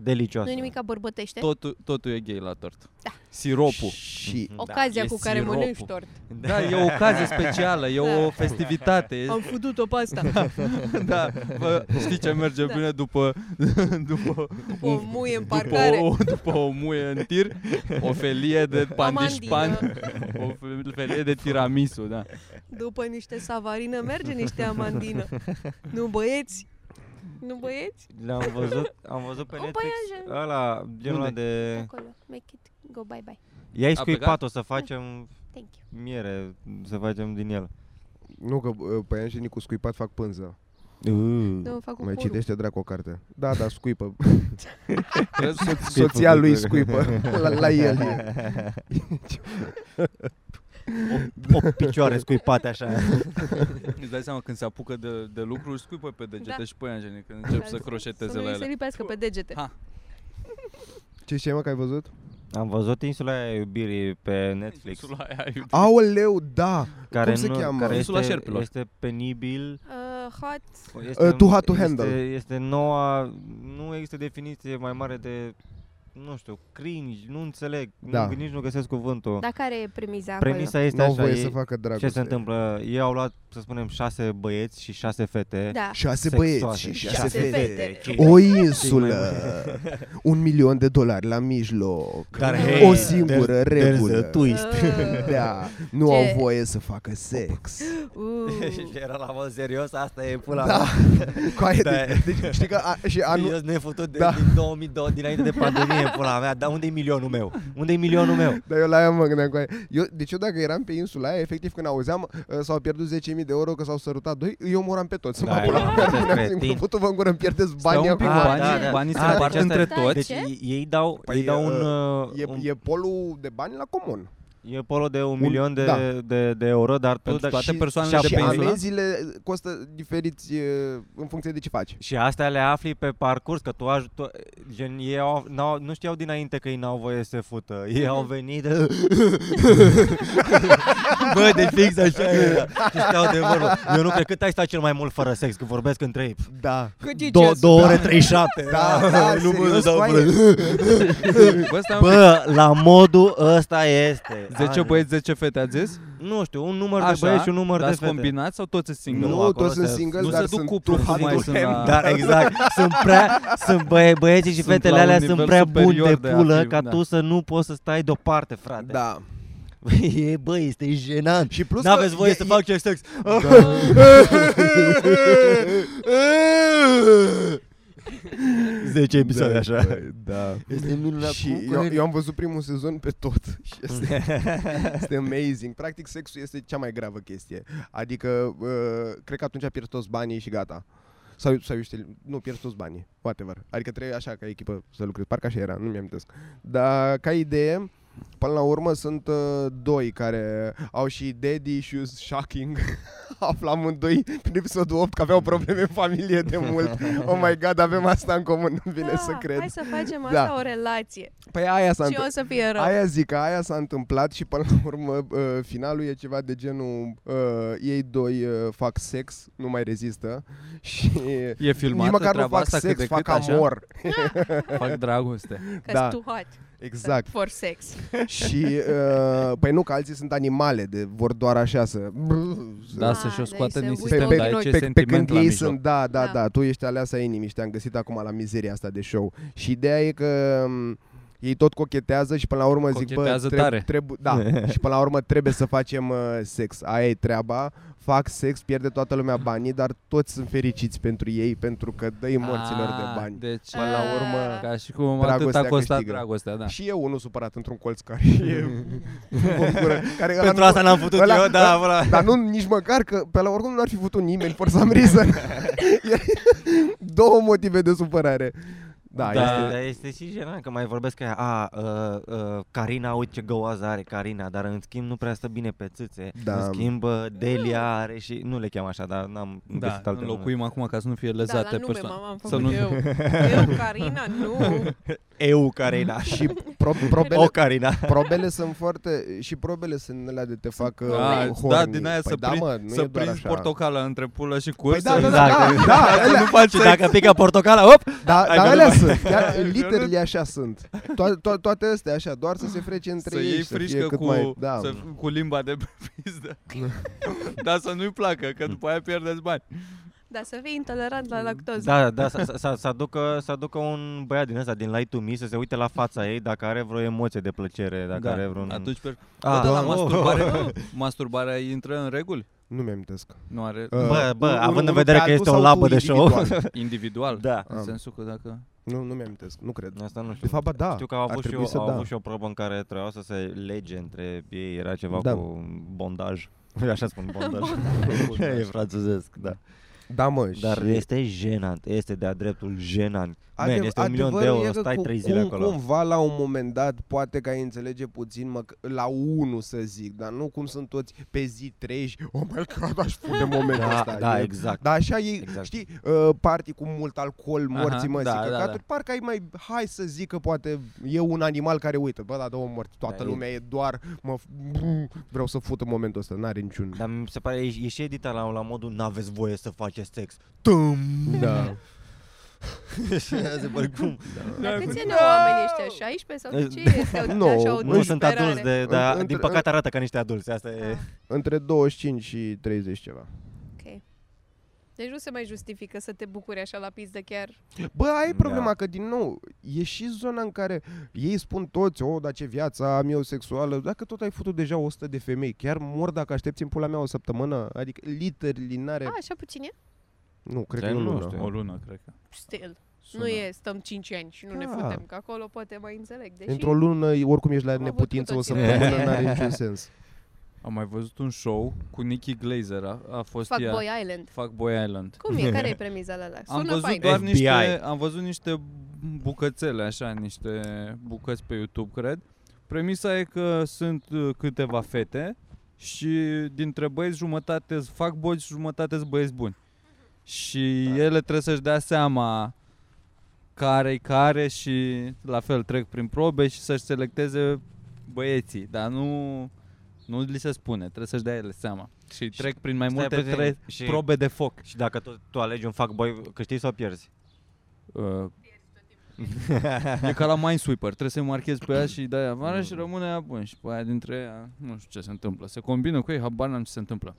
S5: delicioasă.
S2: Nu e nimic ca bărbătește.
S3: totul, totul e gay la tort.
S2: Da.
S3: Siropul.
S4: Și
S5: Da.
S2: Ocazia
S3: Da, e
S2: cu care
S3: siropul.
S2: mănânci tort.
S3: Da, e o ocazie specială, e o
S2: Da.
S3: festivitate. e-
S2: Am făcut-o pe asta.
S3: da, bă, știi ce merge
S2: Da.
S3: bine după, după,
S2: După o muie în
S3: după,
S2: parcare.
S3: o, după o muie în tir, o felie de pandișpan,
S2: mandină.
S3: o fe- felie de tiramisu, da.
S2: După niște savarină merge niște amandină. Nu băieți? Nu băieți?
S5: Le-am văzut, am văzut pe
S2: O
S5: Netflix
S2: băianjen.
S5: ăla, genul ăla
S3: Unde?
S4: Da.
S5: de...
S2: Acolo. Make it go bye-bye.
S5: I-ai
S3: A plecat?
S5: scuipat, o să facem
S2: Thank you.
S5: miere, să facem din el.
S4: nu că uh, păianjenii cu scuipat fac pânză.
S2: Nu, Da, fac cu
S4: Mai
S2: purul.
S4: citește dracu o carte. Da, da, scuipă.
S3: Trebuie să
S4: Soția lui scuipă. La, la el e.
S5: O, o picioare scuipate așa.
S3: îți dai seama când se apucă de, de lucruri, scuipă pe degete
S2: Da.
S3: și pe angene când încep
S2: Ca
S3: să croșeteze
S2: Să
S3: la
S2: nu îi se
S3: ele.
S2: lipească pe degete.
S3: Ha.
S4: Ce știi mă că ai văzut?
S5: Am văzut Insula aia iubirii pe Netflix.
S3: Insula aia, iubire.
S4: Aoleu, da!
S5: Care
S4: Cum se
S5: nu,
S4: cheamă?
S5: Care
S3: Insula
S5: este,
S3: șerpilor.
S5: este penibil.
S2: Uh, hot.
S5: Este,
S4: Too Hot to Handle.
S5: Este, este noua, nu există definiție mai mare de, nu știu, cringe, nu înțeleg,
S4: Da.
S5: nu, nici nu găsesc cuvântul.
S2: Dar care e premiza acolo?
S5: Premisa este
S4: N-au
S5: așa,
S4: voie
S5: ei-
S4: să facă dragoste.
S5: ce se întâmplă? Ei au luat, să spunem, șase băieți și șase fete.
S2: Da.
S4: Șase
S5: sexoase.
S4: băieți și șase,
S2: Șase
S4: fete.
S2: fete.
S4: O insulă, un milion de dolari la mijloc,
S5: Dar
S2: hei,
S4: o singură regulă.
S2: Uh,
S4: Da, nu
S2: Ce-
S4: au voie să facă sex.
S2: uh.
S5: era la mod serios, asta e pula
S4: Da. Cu aia
S5: Da.
S4: de, deci, știi că a, și anul...
S5: ne e făcut de,
S4: Da.
S5: din 2002, dinainte de pandemie, pula mea, dar unde e milionul meu? unde e milionul meu?
S4: Dar eu la aia mă gândeam cu aia. Eu, deci eu dacă eram pe insula aia, efectiv când auzeam uh, s-au pierdut 10.000 de euro că s-au sărutat doi, eu moram pe toți.
S5: Da,
S4: Da, pula
S5: eu-
S4: mea,
S5: da,
S4: puneam
S5: cretin.
S4: singur, putu-vă în gură, îmi pierdeți
S3: Stau
S4: banii
S3: un pic
S4: acum.
S5: Ah,
S3: banii,
S5: da, da.
S3: banii se
S5: Ah, deci
S3: împart
S5: asta e-
S3: între
S2: Da,
S3: toți.
S5: Deci
S2: Ce?
S5: ei, ei dau,
S4: Păi,
S5: ei dau un,
S4: uh,
S5: uh,
S4: E,
S5: un
S4: e polul de bani la comun.
S5: E polo de un, milion de,
S4: da.
S5: de, de euro, dar tu
S3: Pentru
S5: dacă...
S3: toate
S5: și-
S3: persoanele
S5: și
S3: de pe
S4: Și
S5: apoi-
S3: insulă.
S4: amenziile costă diferiți uh, în funcție de ce faci.
S5: Și astea le afli pe parcurs, că tu, aj, tu gen, ei au, n-au, nu știau dinainte că ei n-au voie să se fută. Ei au venit de... Bă, de fix așa e. Și stau de vorbă. Eu nu cred cât ai stat cel mai mult fără sex, că vorbesc între ei.
S4: Da.
S2: Cât e
S5: Dou-
S2: ceasul?
S5: două ore 37.
S4: Da, da,
S5: nu mă
S4: serios,
S5: dau
S4: coaie.
S3: Bă, stai un pic.
S5: Bă, la modul ăsta este.
S3: 10
S5: Are-
S3: băieți, 10 fete, ați zis?
S5: Nu știu, un număr de băieți și un număr de
S3: Dați
S5: fete.
S3: combinați sau toți sunt single?
S4: Nu,
S5: acolo
S4: toți sunt
S5: se-
S4: single,
S3: Nu
S4: dar
S3: se duc
S4: sunt
S3: cupluri, cum mai
S4: profituri.
S3: sunt la...
S5: Dar exact, sunt prea, sunt băie, băieții și
S3: Sunt
S5: fetele
S3: la un
S5: alea
S3: nivel
S5: sunt prea buni
S3: superior
S5: de
S3: de
S5: pulă
S3: activ,
S5: ca
S3: da.
S5: tu să nu poți să stai deoparte, frate.
S4: Da.
S6: E, bă, este jenant.
S4: Și plus
S5: N-aveți
S4: că
S5: voie
S4: e-
S5: să fac ce sex.
S2: Uh,
S4: e-
S5: 10 episoade
S4: Da,
S5: așa.
S4: bă, Da.
S6: Este minunat.
S4: Și
S6: cu- cu-
S4: eu, eu am văzut primul sezon pe tot și este, este amazing. Practic sexul este cea mai gravă chestie. Adică uh, cred că atunci pierzi toți banii și gata. Sau, sau eu știu, nu, pierzi toți banii, whatever. Adică trebuie așa ca echipă să lucrezi. Parcă așa era, nu mi-am amintesc. Dar ca idee, până la urmă sunt uh, doi care au și daddy issues shocking. Aflam în doi prin episodul 8 că aveau probleme în familie de mult. Oh my god, avem asta în comun, nu vine
S2: Da,
S4: să cred.
S2: Hai să facem
S4: Da.
S2: asta o relație.
S4: Păi aia s-a
S2: Și
S4: întâmplat.
S2: o să fie rău.
S4: Aia zic, că aia s-a întâmplat și până la urmă uh, finalul e ceva de genul uh, ei doi uh, fac sex, nu mai rezistă și
S3: E
S4: nici
S3: filmată
S4: măcar nu
S3: treaba
S4: fac
S3: asta
S4: sex,
S3: cât de
S4: fac
S3: cât, așa?
S4: amor.
S3: Fac dragoste.
S2: Că
S4: da.
S2: da. too hot
S4: Exact.
S2: for sex.
S3: Păi.
S4: și uh, păi nu că alții sunt animale, de vor doar așa să
S3: Da,
S2: Ah,
S3: să-și o
S2: deci
S3: scoată
S2: se
S3: din
S2: uită
S4: pe,
S3: sistem,
S2: în
S3: dar
S4: pe,
S2: noi.
S3: e ce
S4: pe, pe, pe când
S3: sentiment la
S4: ei
S3: mijloc.
S4: sunt, da, da,
S2: Da.
S4: da, tu ești aleasa inimii și te-am găsit acum la mizeria asta de show. Și ideea e că m, ei tot cochetează și până la urmă zic, bă,
S3: Cochetează
S4: treb-
S3: tare.
S4: trebu- da, și până la urmă trebuie să facem uh, sex. Aia e treaba. Fac sex, pierde toată lumea banii, dar toți sunt fericiți pentru ei pentru că dă-i morților
S3: Ah,
S4: de bani.
S3: Deci,
S2: Până la urmă,
S3: ca și cum
S4: dragostea
S3: atât a costat
S4: câștigă.
S3: dragostea, da.
S4: Și eu unul supărat într-un colț care e o gură, care ăla
S5: Pentru
S4: nu-
S5: asta n-am putut
S4: ăla-
S5: eu, da, ăla.
S4: Dar nu nici măcar că pe la oricum nu ar fi putut nimeni for some reason. E- Două motive de supărare. Da,
S5: Da,
S4: este
S5: dar este și jenant că mai vorbesc că a, uh, uh, Carina, uite ce găoază are Carina, dar în schimb nu prea stă bine pe țâțe.
S4: Da.
S5: În schimb uh, Delia are și, nu le cheam așa, dar n-am
S3: Da,
S5: găsit alte nume.
S3: înlocuim acum ca să nu fie
S2: Da, la
S3: lezate
S2: nume,
S3: persoane.
S2: mama, am
S3: Să
S2: făcut
S3: nu-
S2: eu. Eu, Carina, nu.
S5: Eu Carina și
S4: pro- probele,
S5: o Carina.
S4: Da, probele sunt foarte și probele sunt alea de te fac uh,
S3: Da,
S4: horny.
S3: da, din aia
S4: păi
S3: să,
S4: da,
S3: prin-
S4: mă, nu
S3: să
S4: e doar
S3: prinzi
S4: așa.
S3: portocala între pulă și
S4: Păi
S3: curs.
S4: da, da, da, da,
S5: Exact.
S4: da,
S5: nu
S4: alea-
S5: faci și dacă pică portocala, hop!
S4: da,
S5: Hai
S4: da,
S5: că
S4: alea
S5: nu mai-
S4: sunt, chiar, literally așa sunt. To- to- toate astea așa, doar să se frece între
S3: Să
S4: ei
S3: iei
S4: și să fie
S3: frișcă
S4: cât
S3: cu,
S4: mai... Da.
S3: să, cu limba de pe pizdă. Dar să nu-i placă, că după aia pierdeți bani.
S2: Dar să fii intolerant la lactoză.
S5: Da, da, să- să- să să aducă, să aducă un băiat din ăsta, din Light to Me, să se uite la fața ei dacă are vreo emoție de plăcere, dacă
S3: Da,
S5: are vreun...
S3: Atunci, pe...
S5: Ah,
S3: Bă, dar la
S4: Oh.
S5: doamne.
S3: masturbare, masturbarea intră în reguli?
S4: Nu mi-amintesc.
S3: Nu are
S4: Uh,
S5: Bă, bă,
S4: un-
S5: având
S4: un-
S5: în
S4: un
S5: vedere
S4: pe
S5: că este
S4: altul sau
S5: o labă
S4: tu
S5: de show.
S4: individual?
S3: individual.
S5: Da.
S3: În
S4: Am.
S3: sensul că dacă...
S4: Nu, nu mi-amintesc, nu cred.
S5: Asta nu știu.
S4: De fapt, ba, da.
S5: Știu că au
S4: ar
S5: avut, și o,
S4: trebui să
S5: au
S4: da.
S5: avut și o probă în care trebuia să se lege între ei, era ceva
S4: Da.
S5: cu bondaj. Eu așa spun bondaj. e francezesc, da.
S4: Da, mă, și...
S5: Dar este jenant, este de-a dreptul jenant. Man,
S4: Adev-
S5: este un milion de
S4: adevărul e
S5: euro,
S4: că
S5: stai
S4: cu-
S5: trei zile
S4: cum-
S5: acolo.
S4: Cumva la un moment dat poate că ai înțelege puțin mă, la unul să zic, dar nu cum sunt toți pe zi treji, oh my god, aș fute momentul
S5: Da,
S4: ăsta.
S5: da,
S4: e-
S5: exact.
S4: Dar așa e, exact.
S5: Exact.
S4: știi, uh, party cu mult alcool,
S3: Aha,
S4: morții mă
S3: da,
S4: zică,
S3: da,
S4: că
S3: da.
S4: atunci parcă ai mai, hai să zic că poate e un animal care uită, bă, da, două morți, toată
S5: Da, e-
S4: lumea e doar, mă, vreau să fut în momentul ăsta, n-are niciun...
S5: Dar mi se pare, e, e și editat la, la modul N-aveți voie să faceți sex
S4: Da.
S5: Se pare cum
S2: Dar câți ani au oamenii ăștia? 16 sau ce este?
S4: Nu,
S2: așa, o
S4: nu
S5: Nu sunt
S2: disperare?
S5: adulți, de, dar
S4: Între-
S5: din păcate arată ca niște adulți Asta e
S4: Între 25 și 30 ceva.
S2: Ok. Deci nu se mai justifică să te bucuri așa la pizdă chiar.
S4: Bă, ai
S5: Da.
S4: problema da. că, din nou, e și zona în care ei spun toți, o, dar ce viața am eu sexuală, dacă tot ai făcut deja 100 de femei, chiar mor dacă aștepți în pula mea o săptămână, adică literally n-are...
S2: A, așa puțin e?
S4: Nu, cred că
S5: Dar
S4: e o
S5: nu
S4: lună.
S5: știu.
S3: O lună, cred că.
S2: Stil.
S3: Sună.
S2: Nu e, stăm 5 ani și nu ne
S4: Da.
S2: futem, că acolo poate mai înțeleg. Deși
S4: Într-o lună, oricum ești la
S2: Am avut
S4: neputință
S2: cu
S4: o
S2: toții.
S4: săptămână, n-are niciun sens.
S3: Am mai văzut un show cu Nicky Glazer, a, a fost
S2: fac
S3: ea.
S2: Boy Island.
S3: Fuck Boy Island.
S2: Cum e? Care e premiza la la? Sună
S3: am văzut
S2: fain.
S3: doar
S5: FBI.
S3: niște, am văzut niște bucățele așa, niște bucăți pe YouTube, cred. Premisa e că sunt uh, câteva fete și dintre băieți jumătate fac boci, jumătate băieți buni. Și da. ele trebuie să-și dea seama care-i care și la fel trec prin probe și să-și selecteze băieții, dar nu, nu li se spune, trebuie să-și dea ele seama. Și, trec prin mai
S5: stai
S3: multe
S5: puțin,
S3: tre-
S5: și-
S3: probe de foc.
S5: Și dacă tu, tu alegi un fuckboy, câștigi sau pierzi?
S3: Uh, e ca la Minesweeper, trebuie să-i marchezi pe ea și dai afară și rămâne aia bun și pe aia dintre ea, nu știu ce se întâmplă. Se combină cu ei, habar n-am ce se întâmplă.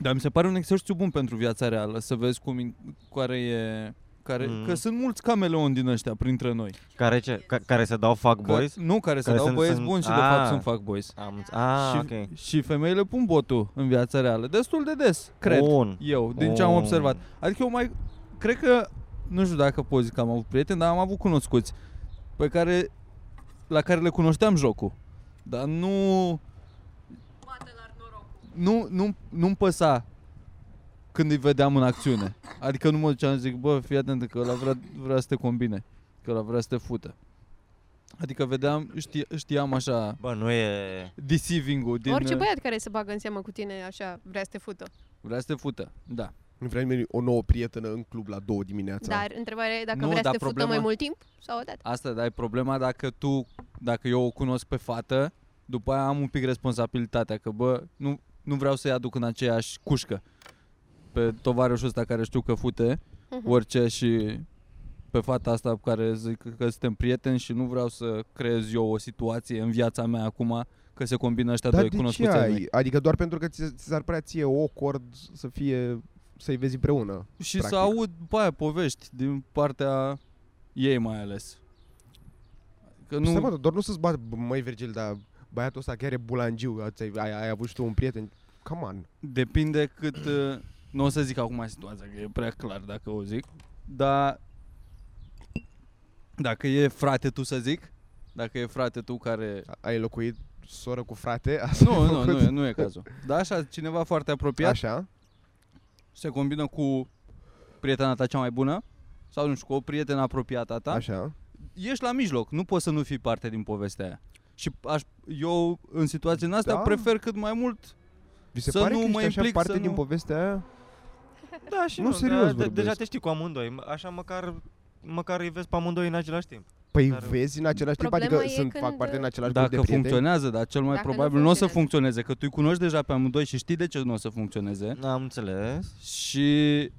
S3: Dar mi se pare un exercițiu bun pentru viața reală, să vezi cum, in- care e, care,
S5: Mhm.
S3: mm. că sunt mulți cameleoni din ăștia printre noi.
S5: Care, ce, ca, care se dau fuckboys?
S3: Că, nu, care se
S5: Care
S3: dau
S5: sunt-
S3: băieți
S5: sunt-
S3: buni și de
S5: Ah.
S3: fapt sunt fac boys.
S5: Am, a,
S3: și,
S5: ok.
S3: și femeile pun botul în viața reală, destul de des, cred.
S5: Bun.
S3: Eu, din ce am
S5: Bun.
S3: observat. Adică eu mai... Cred că... Nu știu dacă pot zic că am avut prieteni, dar am avut cunoscuți pe care... La care le cunoșteam jocul. Dar nu... Nu, nu, nu-mi păsa când îi vedeam în acțiune. Adică nu mă duceam și zic, bă, fii atent că ăla vrea, vrea să te combine, că ăla vrea să te fută. Adică vedeam, știa, știam așa
S5: Bă, nu e...
S3: deceiving-ul din... uh,
S2: Orice băiat care se bagă în seamă cu tine așa vrea să te fută.
S3: Vrea să te fută, da.
S4: Nu vrea nimeni o nouă prietenă în club la două dimineața.
S2: Dar întrebarea e dacă
S3: Nu,
S2: vrea să
S3: dar
S2: te fută
S3: problema-
S2: mai mult timp sau odată.
S3: Asta, dar e problema dacă tu, dacă eu o cunosc pe fată, după aia am un pic responsabilitatea, că bă, nu, nu vreau să-i aduc în aceeași cușcă pe tovarășul ăsta care știu că fute
S2: Mhm.
S3: orice și pe fata asta cu care zic că suntem prieteni și nu vreau să creez eu o situație în viața mea acum că se combină ăștia
S4: Dar
S3: doi
S4: de
S3: cunoscuți
S4: ce
S3: ai
S4: ai?
S3: mei.
S4: Adică doar pentru că ți, ți s-ar părea ție o acord să fie să-i vezi împreună.
S3: Și
S4: practic.
S3: să aud după aia povești din partea ei mai ales. Că
S4: Nu. Păi Stai,
S3: nu,
S4: mă, doar nu să-ți bat, "Bă, măi Virgil, dar băiatul ăsta chiar e bulangiu, ați- ai, ai, ai avut și tu un prieten. Come on.
S3: Depinde cât... uh, Nu o să zic acum situația, că e prea clar dacă o zic. Dar... Dacă e frate tu să zic, dacă e frate tu care...
S4: Ai locuit soră cu frate? Asta
S3: Nu,
S4: ai
S3: nu, nu,
S4: făcut? Păi
S3: e- da, nu e cazul. Dar așa, cineva foarte apropiat
S4: Așa.
S3: se combină cu prietena ta cea mai bună sau nu știu, cu o prietenă apropiată a ta.
S4: Așa.
S3: Ești la mijloc, nu poți să nu fii parte din povestea aia. Și aș, eu, în situația în asta,
S4: Da.
S3: prefer cât mai mult
S4: Vi se
S3: Să
S4: pare
S3: nu
S4: că
S3: mă
S4: ești așa
S3: implic,
S4: parte
S3: să
S4: din
S3: nu-
S4: povestea aia?
S5: Da, și
S4: Nu,
S5: nu,
S4: serios
S5: dar de-
S4: vorbesc.
S5: Deja te știi cu amândoi, așa măcar, măcar îi vezi pe amândoi în același timp.
S4: Păi
S5: Dar-
S4: vezi în același timp,
S2: Problema
S4: adică
S2: e
S4: sunt, fac
S2: când- uh,
S4: parte din același grup
S3: Dacă
S4: de prieteni.
S3: funcționează, dar cel mai
S2: Dacă nu
S3: probabil nu o să
S2: funcționează.
S3: funcționeze, că tu îi cunoști deja pe amândoi și știi de ce nu o să funcționeze.
S5: Am înțeles.
S3: Și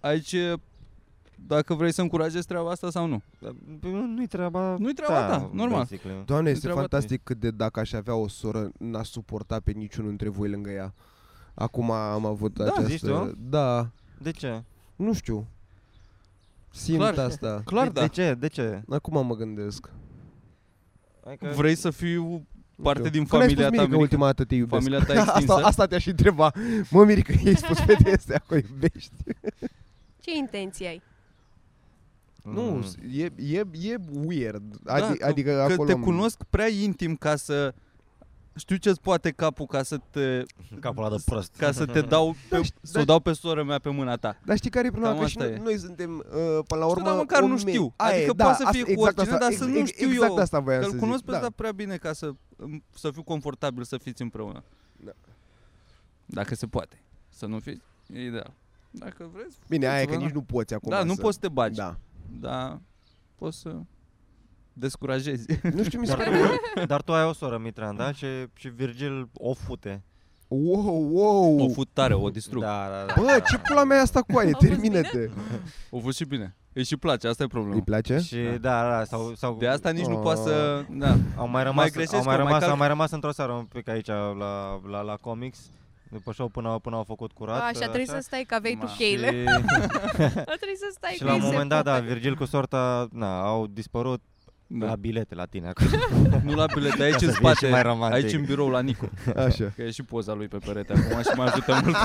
S3: aici e dacă vrei să încurajezi treaba asta sau nu.
S5: Dar, Da, bă, Nu-i treaba
S3: Nu-i treaba ta, normal.
S5: basically.
S4: Doamne, este
S3: Întreabă-te.
S4: fantastic cât de dacă aș avea o soră, n-aș suporta pe niciunul dintre voi lângă ea. Acum am avut
S5: Da,
S4: această...
S5: zici tu?
S4: Da,
S5: De ce?
S4: nu știu. Simt
S3: Clar.
S4: asta.
S3: Clar,
S5: de,
S3: da.
S5: De ce? De ce?
S4: Acum mă gândesc.
S5: Adică
S3: Vrei să fii parte
S4: știu.
S3: din
S4: Când ai spus,
S3: familia ta,
S4: Mirica,
S3: Mirica?
S4: ultima dată te iubesc.
S3: familia ta
S4: asta,
S3: extinsă.
S4: asta te-aș întreba. Mă, Mirica, i-ai spus fetei astea că o iubești.
S2: Ce intenții ai?
S4: Nu,
S5: Mm.
S4: e, e, e weird. Adi,
S3: Da, că,
S4: adică
S3: că
S4: acolo...
S3: te cunosc prea intim ca să știu ce-ți poate capul ca să te,
S5: Capul ăla de prost.
S3: ca să te dau pe,
S4: ști-
S3: să
S4: da.
S3: o dau pe sora mea pe mâna ta.
S4: Dar știi care e problema?
S3: Cam
S4: Că și
S3: asta
S4: noi,
S3: e.
S4: noi suntem, uh, până la urmă,
S3: dar măcar nu
S4: oameni.
S3: știu.
S4: Aia e,
S3: Adică
S4: da,
S3: poate să fie
S4: asta,
S3: cu
S4: exact
S3: oricine,
S4: asta,
S3: dar să
S4: ex-
S3: nu
S4: ex-
S3: știu
S4: exact
S3: eu,
S4: asta voiam
S3: Că îl
S4: să
S3: cunosc
S4: zic. Da.
S3: pe ăsta prea bine ca să, să fiu confortabil să fiți împreună.
S4: Da.
S3: Dacă se poate. Să nu fiți, e ideal. Dacă vreți,
S4: Bine, aia e că
S3: Uitați-vă,
S4: nici nu poți acum
S3: da, nu
S4: să...
S3: poți să te bagi, da.
S4: Da.
S3: dar poți să descurajezi.
S4: Nu știu, mi se
S5: Dar,
S4: pare...
S5: dar tu ai o soră, Mitran, da? Și, și Virgil o fute.
S4: Wow, wow!
S3: O fut tare, o distrug.
S5: Da, da, da.
S4: Bă, ce pula mea e asta cu aia?
S2: fost
S4: Termină-te!
S3: O fut și bine. Îi și place, asta e problema.
S4: Îi place?
S5: Și da, da, sau, sau
S3: De asta nici nu
S4: Oh.
S3: poate să... Da.
S5: au mai rămas,
S3: mai greșesc,
S5: au mai
S3: că mai
S5: rămas,
S3: calc-
S5: au mai rămas într-o seară un pic aici la, la, la comics. După show până, până au făcut curat.
S2: A, așa trebuie să stai că aveai tu
S3: Ma.
S2: cheile.
S5: Și-
S2: Trebuie să stai
S5: Și
S2: că
S5: la
S2: ei
S5: un
S2: se
S5: moment dat, da,
S2: pupă.
S5: Virgil cu sorta, na, au dispărut da. la
S3: da.
S5: bilete la tine acolo.
S3: Nu la bilete,
S5: Ca
S3: aici
S5: să
S3: în
S5: fie și
S3: spate.
S5: mai romantic.
S3: Aici în birou la Nicu.
S4: Așa.
S3: Că e și poza lui pe perete acum și mă ajută mult.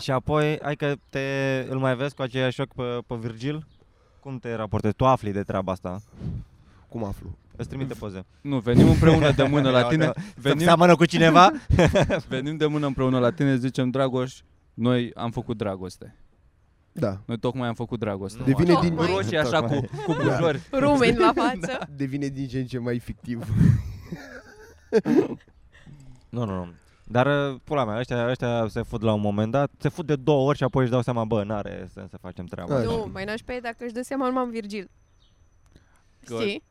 S5: Și apoi, hai că te, îl mai vezi cu aceiași ochi pe, pe Virgil? Cum te raportezi? Tu afli de treaba asta?
S4: Cum aflu?
S5: Îți trimite poze.
S3: Nu, venim împreună de mână la
S5: Ia
S3: tine.
S5: uite, Venim...
S3: Venim,
S5: Seamănă cu cineva?
S3: venim de mână împreună la tine, zicem Dragoș, noi am făcut dragoste.
S4: Da.
S3: Noi tocmai am făcut dragoste.
S5: Nu,
S4: Devine
S5: așa.
S4: din,
S2: Tocmai.
S3: Roșii așa cu, cu bujori.
S2: Rumeni la
S4: Da.
S2: față.
S4: devine din ce în ce mai fictiv.
S5: Nu, nu, nu. Dar, uh, pula mea, ăștia, ăștia se fut la un moment dat, se fut de două ori și apoi își dau seama, bă, n-are sens să facem treaba.
S4: Da.
S5: asta.
S2: Nu, mai n-aș pe dacă își dă seama numai în Virgil.
S3: Gol.
S2: Știi?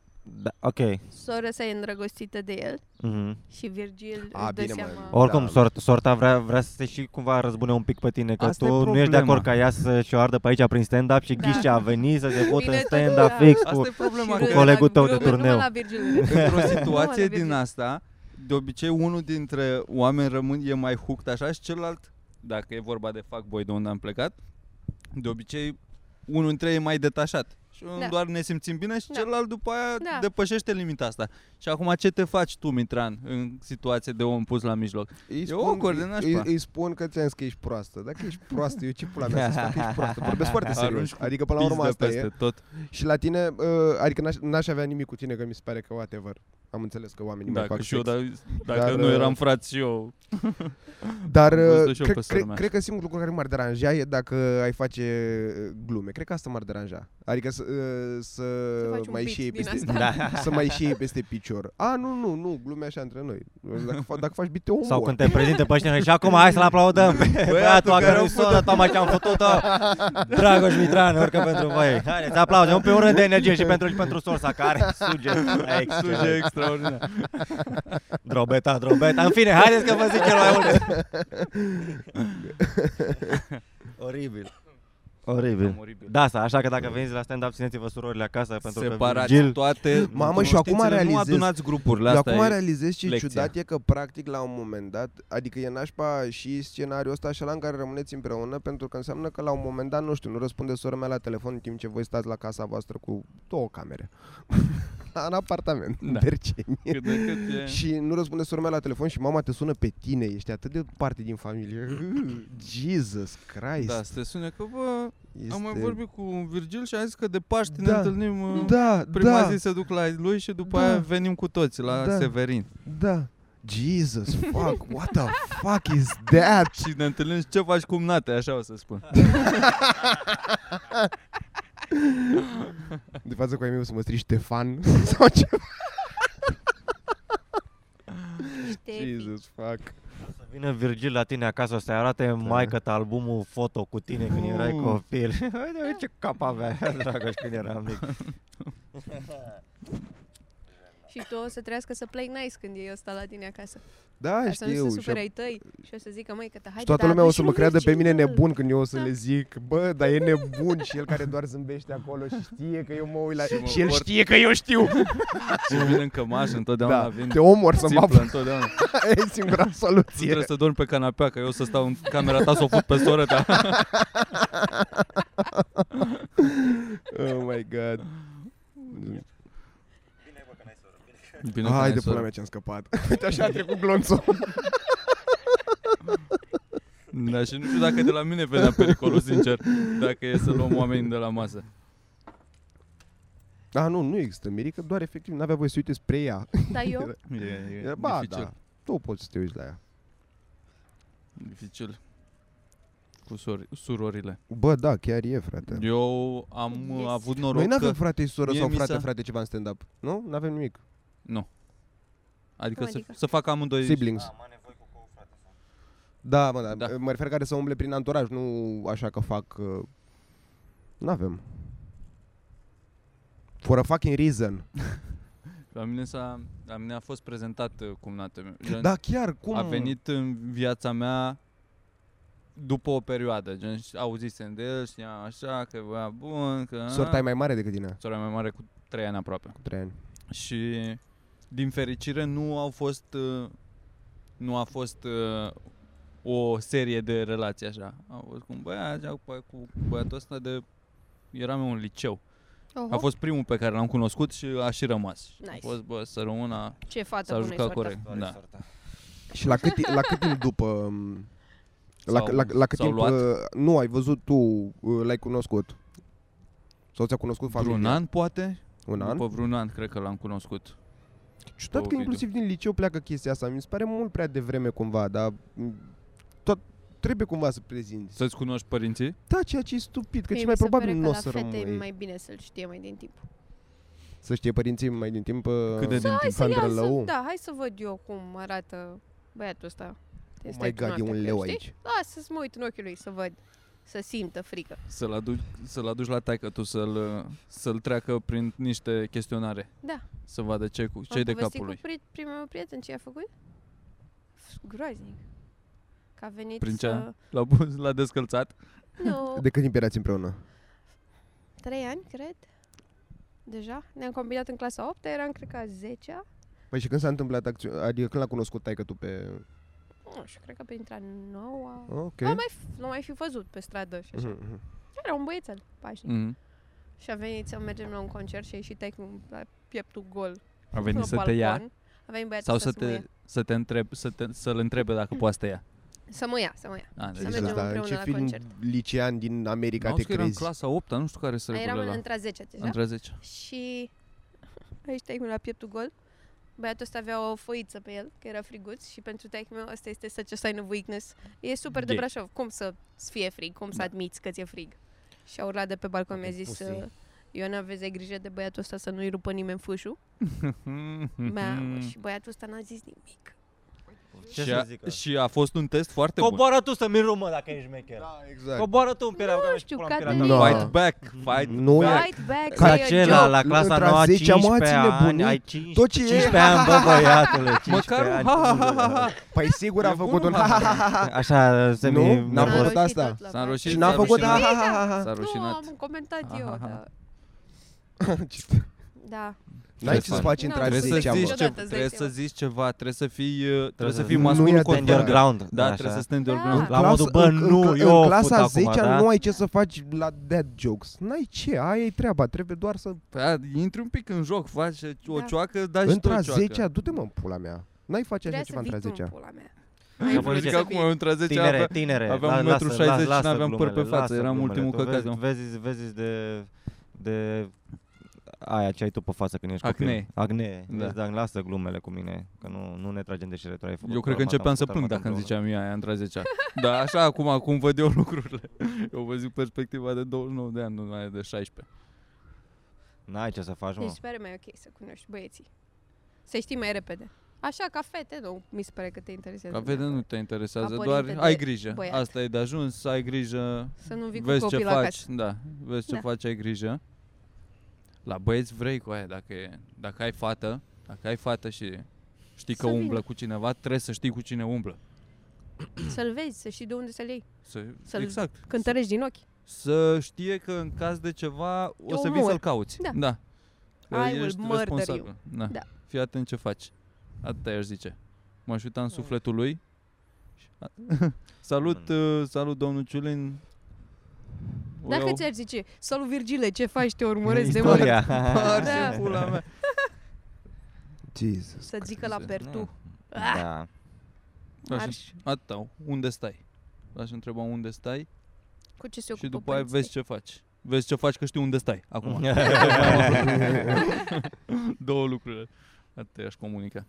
S5: Da, ok.
S2: Sora sa e îndrăgostită de el
S5: Mhm.
S2: și Virgil
S4: A,
S2: își dă
S4: bine, mă.
S2: seama.
S4: O-
S5: Oricum,
S4: Da.
S5: sort, sorta vrea, vrea să se și cumva răzbune un pic pe tine, că
S3: Asta e
S5: tu nu ești de
S3: problema.
S5: acord ca ea să și-o ardă pe aici prin stand-up și
S2: Da.
S5: ghiși ce a venit să se votă
S2: Vine
S5: în
S2: tot
S5: stand-up
S2: ea.
S5: fix cu...
S3: Asta e problema.
S2: Și
S3: Cu
S2: râde
S3: coleg-
S5: colegul
S2: la
S5: tău de
S2: glume,
S5: turneu.
S2: numai la Virgil râde.
S3: Într-o
S2: Nu,
S3: situație
S2: la Virgil.
S3: din asta, de obicei unul dintre oameni rămân e mai hooked așa și celălalt, dacă e vorba de fuckboy de unde am plecat, de obicei unul dintre ei e mai detașat. Și
S2: Da.
S3: da. doar ne simțim bine și
S2: Da.
S3: celălalt după aia
S2: Da.
S3: da. depășește limita asta. Și acum ce te faci tu, Mitran, în situație de om pus la mijloc?
S4: Îi
S3: E awkward, e nașpa.
S4: îi, îi spun că ți-am zis că ești proastă. Dacă ești proastă, eu ce pula mea să fac că ești proastă? Vorbesc foarte serios.
S3: Arunci cu
S4: Adică până la urmă
S3: Pizdă
S4: asta
S3: peste
S4: e.
S3: tot.
S4: Și la tine, uh, adică n-aș, n-aș avea nimic cu tine, că mi se pare că whatever. Am înțeles că oamenii mai
S3: Dacă,
S4: fac
S3: Da, și eu,
S4: sex.
S3: dar, dacă
S4: Dar,
S3: nu
S4: uh,
S3: eram frați și eu,
S4: Dar
S3: Am văzut și eu
S4: cred,
S3: pe sora
S4: cred,
S3: mea.
S4: cred că singurul lucru care m-ar deranja e dacă ai face uh, glume. Cred că asta m-ar deranja. Adică să, uh, să,
S2: faci un
S4: mai
S2: beat
S4: și Da. ei
S2: din
S4: peste,
S2: asta.
S4: să mai și ei peste picior. A, nu, nu, nu, glume așa între noi. Dacă, fa- dacă faci bite, omor.
S5: Sau când te prezintă pe scenă și acum hai să-l aplaudăm pe băiatul a
S3: care
S5: care
S3: a
S5: nu sună, tocmai ce am făcut-o. Dragoș Mitran, urcă pentru voi. Haideți, aplauze, un pic de energie și pentru, și pentru sorsa care suge.
S3: suge
S4: Da.
S5: Suge.
S3: extraordinar.
S5: Drobeta, drobeta. În fine, haideți că vă zic cel mai mult.
S6: Oribil. Oribil.
S5: Da, asta, așa că dacă veniți la stand-up, țineți-vă surorile acasă pentru
S3: Separați
S5: că Virgil...
S3: toate
S4: Mamă, și acum
S3: cunoștințele,
S4: realizez-
S3: Nu adunați grupurile,
S4: Dar
S3: asta
S4: acum
S3: e.
S4: realizez ce
S3: lecția.
S4: ciudat e că practic la un moment dat, adică e nașpa și scenariul ăsta așa la în care rămâneți împreună pentru că înseamnă că la un moment dat, nu știu, nu răspunde sora mea la telefon în timp ce voi stați la casa voastră cu două camere. în apartament, da.
S3: Da.
S4: Berceni.
S3: Cât de cât e...
S4: Și nu răspunde sora mea la telefon și mama te sună pe tine, ești atât de parte din familie. Jesus Christ.
S3: Da, să te sune că, bă,
S4: este...
S3: am mai vorbit cu Virgil și a zis că de Paști ne
S4: Da.
S3: întâlnim uh,
S4: Da,
S3: Prima
S4: da,
S3: zi se duc la lui și după
S4: Da.
S3: aia venim cu toți la
S4: Da.
S3: Severin.
S4: da. Jesus, fuck, what the fuck is that?
S3: Și ne întâlnim și ce faci cum nate, așa o să
S4: Da.
S3: spun.
S4: De față cu ai mei o să mă strig Ștefan sau ce?
S2: Ștefi.
S4: fuck.
S5: Vine Virgil la tine acasă o să-i arate maică ta albumul foto cu tine când erai
S4: Mm.
S5: copil. Uite, uite ce cap avea Dragoș când era mic.
S2: Și tu o să trească să play nice când e ăsta la tine acasă.
S4: Da,
S2: Ca să
S4: știu.
S2: nu se
S4: și-
S2: supere ai tăi și o să zică, măi, că te
S4: și
S2: haide,
S4: toată
S2: dar
S4: lumea o
S2: aduci
S4: să mă
S2: un
S4: creadă pe mine
S2: virgil."
S4: nebun când eu o să
S2: Da.
S4: le zic, bă, dar e nebun și el care doar zâmbește acolo și știe că eu mă uit la...
S3: Și mă
S4: Și el
S3: port-
S4: știe că eu știu!
S3: Și vin în cămașă întotdeauna,
S4: Da,
S3: vin
S4: te omor să mă
S3: țiplă
S4: apă,
S3: întotdeauna. Nu
S4: e singura soluție.
S3: trebuie să dormi pe canapea, că eu o să stau în camera ta să o fut pe soră ta.
S4: Oh my god.
S3: Bine că n-ai
S4: Haide,
S3: soră.
S4: pula mea ce-am scăpat. Uite așa a trecut glonțul.
S3: Da, și nu știu dacă de la mine venea pericolul, sincer, dacă e să luăm oameni de la masă.
S4: Da, nu, nu există. Mirica doar efectiv n-avea voie să uite spre ea.
S2: Dar eu,
S3: E, e
S4: Era, Ba,
S3: dificil.
S4: da, tu poți să te uiți la ea.
S3: Dificil. Cu sori, surorile.
S4: Bă, da, chiar e, frate.
S3: Eu am uh,
S2: Yes.
S3: avut noroc
S4: Noi nu avem
S3: că...
S4: frate și soră
S3: mie
S4: sau
S3: mi
S4: frate,
S3: s-a-
S4: frate ceva în stand-up. Nu? Nu avem nimic.
S3: Nu. Adică,
S2: Cum
S3: să,
S2: adică?
S3: să fac amândoi...
S4: Siblings. Da, mă, da.
S3: Da.
S4: Mă refer care să umble prin anturaj, nu așa că fac... Uh... Nu avem. For a fucking reason.
S3: La mine, s-a, la mine a fost prezentat uh, cum nate. meu. Gen,
S4: Da, chiar, cum?
S3: A venit în viața mea după o perioadă. Gen, și auzisem de el, știam așa, că voia bun, că... ah,
S4: Sorta e mai mare decât tine.
S3: Sora mai mare cu 3 ani aproape.
S4: Cu trei ani.
S3: Și din fericire nu au fost uh, nu a fost uh, o serie de relații așa. Au fost cu un băiat, apoi cu băiatul ăsta de eram eu în liceu.
S2: oho,
S3: A fost primul pe care l-am cunoscut și a și rămas. A
S2: Nice.
S3: fost, bă, să rămână,
S2: ce
S3: s-a
S2: fată bună e
S3: jucat
S2: soarta.
S3: corect. Da.
S4: Și la cât, la cât timp după... um, La,
S3: S-au-
S4: la, la cât
S3: s-au
S4: timp...
S3: luat?
S4: uh, Nu, ai văzut tu, uh, l-ai cunoscut. Sau ți-a cunoscut familia?
S3: Vreun an, poate?
S4: Un an?
S3: După vreun an, cred că l-am cunoscut.
S4: Ciudat că
S3: Ovidiu.
S4: inclusiv din liceu pleacă chestia asta. Mi se pare mult prea devreme cumva, dar m, mm, tot trebuie cumva să prezinți.
S3: Să-ți cunoști părinții?
S4: Da, ceea ce e stupid, că
S2: Mie
S4: cel
S2: mi
S4: mai
S2: se
S4: probabil
S2: pare
S4: nu o
S2: că
S4: să
S2: la fete e
S4: rămâi.
S2: mai bine să-l știe mai din timp.
S4: Să știe părinții mai din timp uh,
S3: Cât de din timp?
S2: Hai să ia, să,
S4: Pandrălău.
S2: da, hai să văd eu cum arată băiatul ăsta. Te
S4: Oh
S2: stai
S4: my
S2: tu
S4: god, e
S2: noaptea
S4: un
S2: cu el,
S4: leu
S2: știi?
S4: aici.
S2: Da, să-ți mă uit în ochiul lui să văd, să simtă frică.
S3: Să-l aduci, să-l aduci la taică tu, să-l, să-l treacă prin niște chestionare.
S2: Da.
S3: Să vadă ce cu, ce
S2: Am
S3: de
S2: povestit
S3: capul lui.
S2: cu pri- primul meu prieten ce a făcut? F- Groaznic. Că a venit
S3: Prin ce
S2: să...
S3: L-a, pus, l-a descălțat.
S2: Nu,
S4: De când imperați împreună?
S2: trei ani, cred. Deja. Ne-am combinat în clasa 8 eram, cred că a 10
S4: Păi și când s-a întâmplat acțiunea, adică când l-a cunoscut taică tu pe...
S2: Nu știu, cred că printre a 9
S4: Ok.
S2: L-am Oh. mai, f- l-am mai fi văzut pe stradă și așa.
S4: Mhm, mhm.
S2: Era un băiețel, pașnic.
S3: Mm.
S2: Și a venit să mergem la un concert și a ieșit taică la pieptul gol.
S3: A venit
S2: pe
S3: să te ia
S2: balcon. A venit băiatul
S3: sau
S2: să,
S3: să
S2: mă ia.
S3: te, să te întreb, să te, să-l întrebe dacă poate să te ia.
S2: Să mă ia, să mă ia.
S3: A, deci
S2: Să
S4: Deci
S2: mergem
S4: asta,
S2: împreună
S4: ce
S2: la
S4: film
S2: concert.
S4: licean din America
S3: N-auzi
S4: te
S3: că era în
S4: crezi?
S3: clasa 8 nu știu care se
S2: Eram
S3: regulă la...
S2: între a 10 deja.
S3: Între 10.
S2: Și aici taică la pieptul gol. Băiatul ăsta avea o foiță pe el, că era friguț și pentru taică meu ăsta este such a sign of weakness. E super de
S3: Gay. Da.
S2: Brașov. Cum să ți fie frig? Cum să admiți că ți-e frig? Și a urlat de pe balcon, mi-a zis
S6: pussy.
S2: uh, Ioana, aveți grijă de băiatul ăsta să nu-i rupă nimeni fâșul. Mamă,
S3: Mhm.
S2: și băiatul ăsta n-a zis nimic.
S6: Ce
S3: și,
S6: să
S3: a,
S6: zic? ă?
S3: și a fost un test foarte bun.
S6: Coboară tu să-mi rumă dacă ești mecher.
S4: Da, exact.
S6: Coboară tu în pielea mea
S2: știu,
S6: și pula în
S2: cade-
S6: pielea ta.
S4: No.
S5: Ah.
S4: Da.
S3: Fight back, fight
S4: Nu e-
S3: back.
S2: Fight back,
S5: Ca
S2: say a
S5: acela
S2: joke.
S5: la clasa
S4: Între a
S5: nouă,
S4: 10-a, mă,
S5: 15
S4: ține
S5: ani,
S4: bunii.
S5: ai 5,
S4: Tot ce e-
S5: 15 ani, bă, băiatule, 15
S3: Măcar un
S5: ani.
S3: ha ha ha ha ha.
S4: Păi sigur a
S3: E
S4: făcut
S3: bun,
S4: un
S3: mă.
S5: Așa, se
S4: Nu?
S5: mi
S4: N-a
S2: S-a
S4: fost
S2: roșit
S4: asta?
S2: tot la
S3: S-a
S2: bac.
S3: roșit,
S4: Și n-a
S3: s-a
S4: făcut Ah,
S3: rușinat.
S4: ha, ha, ha, ha, ha.
S3: S-a rușinat. Ah,
S2: Nu, am comentat
S3: Ha,
S2: eu,
S3: ha, ha.
S2: da. Da.
S4: N-ai ce să
S3: faci?
S4: faci
S2: Nu,
S4: între a
S2: trebuie
S3: Trebuie să
S4: 10
S3: zici,
S2: niciodată,
S3: ce,
S2: îți dai
S3: trebuie
S2: seama.
S3: să zici ceva, trebuie să fii, uh, trebuie să
S5: să-
S3: fii
S5: nu
S3: masculin
S4: e
S3: convergent.
S5: underground.
S3: Da,
S5: așa.
S3: trebuie să
S2: Da.
S3: stai underground.
S5: La modul, bă, nu,
S4: în,
S5: eu
S4: în
S5: fut
S4: clasa
S5: acum,
S4: 10
S5: da?
S4: nu ai ce să faci la dead jokes. N-ai ce, aia e treaba, trebuie doar să...
S3: Păi, a, intri un pic în joc, faci o
S2: Da.
S3: cioacă, dai și tu
S4: Între
S3: o
S4: a
S3: cioacă.
S4: 10 du-te mă în pula mea. N-ai face așa
S2: Trebuie să
S4: ceva între a
S2: vii tu
S4: 10
S2: în pula mea.
S5: Ia,
S2: Ai
S5: bă,
S2: vrut
S3: Adică
S5: zice,
S2: să
S3: acum
S2: vii.
S3: între 10
S5: Tinere,
S3: avea,
S5: tinere.
S3: aveam
S5: la-
S3: 1,60
S5: lasă-
S3: m,
S5: la- lasă
S3: n-aveam păr pe
S5: glumele,
S3: față,
S5: lasă
S3: eram
S5: glumele.
S3: ultimul
S5: Tu
S3: căcat,
S5: vezi-
S3: eu.
S5: Vezi, vezi de, de aia ce ai tu pe față când ești
S3: Acne.
S5: copil. Acne.
S3: Da.
S5: Da. Dar lasă glumele cu mine, că nu, nu ne tragem de șiretul. Ai făcut
S3: Eu cred că
S5: problema
S3: începeam
S5: ta, am
S3: să
S5: făcut
S3: plâng
S5: alta
S3: dacă îmi zicea
S5: împreună.
S3: mie aia între a 10 Dar așa acum, acum văd eu lucrurile. Eu vă zic perspectiva de 29 de ani, nu mai de 16.
S5: N-ai ce să faci,
S2: Mi
S5: mă.
S2: se pare mai Deci ok să cunoști băieții. Să știi mai repede. Așa, ca fete, nu mi se pare că te interesează.
S3: Ca vede,
S2: neapărat.
S3: nu te interesează,
S2: Ca
S3: doar
S2: părinte de
S3: ai grijă.
S2: băiat.
S3: Asta e de ajuns, ai grijă,
S2: Să nu vii cu
S3: vezi ce
S2: copii
S3: faci,
S2: la casă.
S3: da, vezi ce
S2: Da.
S3: faci, ai grijă. La băieți vrei cu aia, dacă, e, dacă ai fată, dacă ai fată și știi că
S2: Să
S3: umblă
S2: vină.
S3: cu cineva, trebuie să știi cu cine umblă.
S2: Să-l vezi, să știi de unde să-l iei.
S3: Să,
S2: Să-l
S3: exact.
S2: Cântărești din ochi.
S3: Să știe că în caz de ceva o să vii
S2: omor.
S3: să-l cauți.
S2: Da.
S3: da. Că
S2: I will
S3: ești
S2: murder
S3: responsabil. Da.
S2: Da.
S3: Fii atent ce faci. Atâta i-aș zice. M-aș uita
S2: Mm.
S3: în sufletul lui. salut,
S2: Mm.
S3: uh, salut domnul Ciulin. O
S2: Dacă
S3: iau-
S2: ți-ar zice, salut Virgile, ce faci, te urmăresc de mult.
S5: Istoria.
S2: Da.
S3: Arse pula mea.
S4: Jesus.
S2: Să zică la pertu.
S5: Da.
S3: Așa.
S2: Marș.
S3: Atâta, unde stai? L-aș întreba unde stai
S2: Cu ce se ocupă
S3: și după aia
S2: părinții
S3: vezi ce faci. Vezi ce faci că știu unde stai
S2: Mhm.
S3: acum. Două lucruri. Atâta i-aș comunica.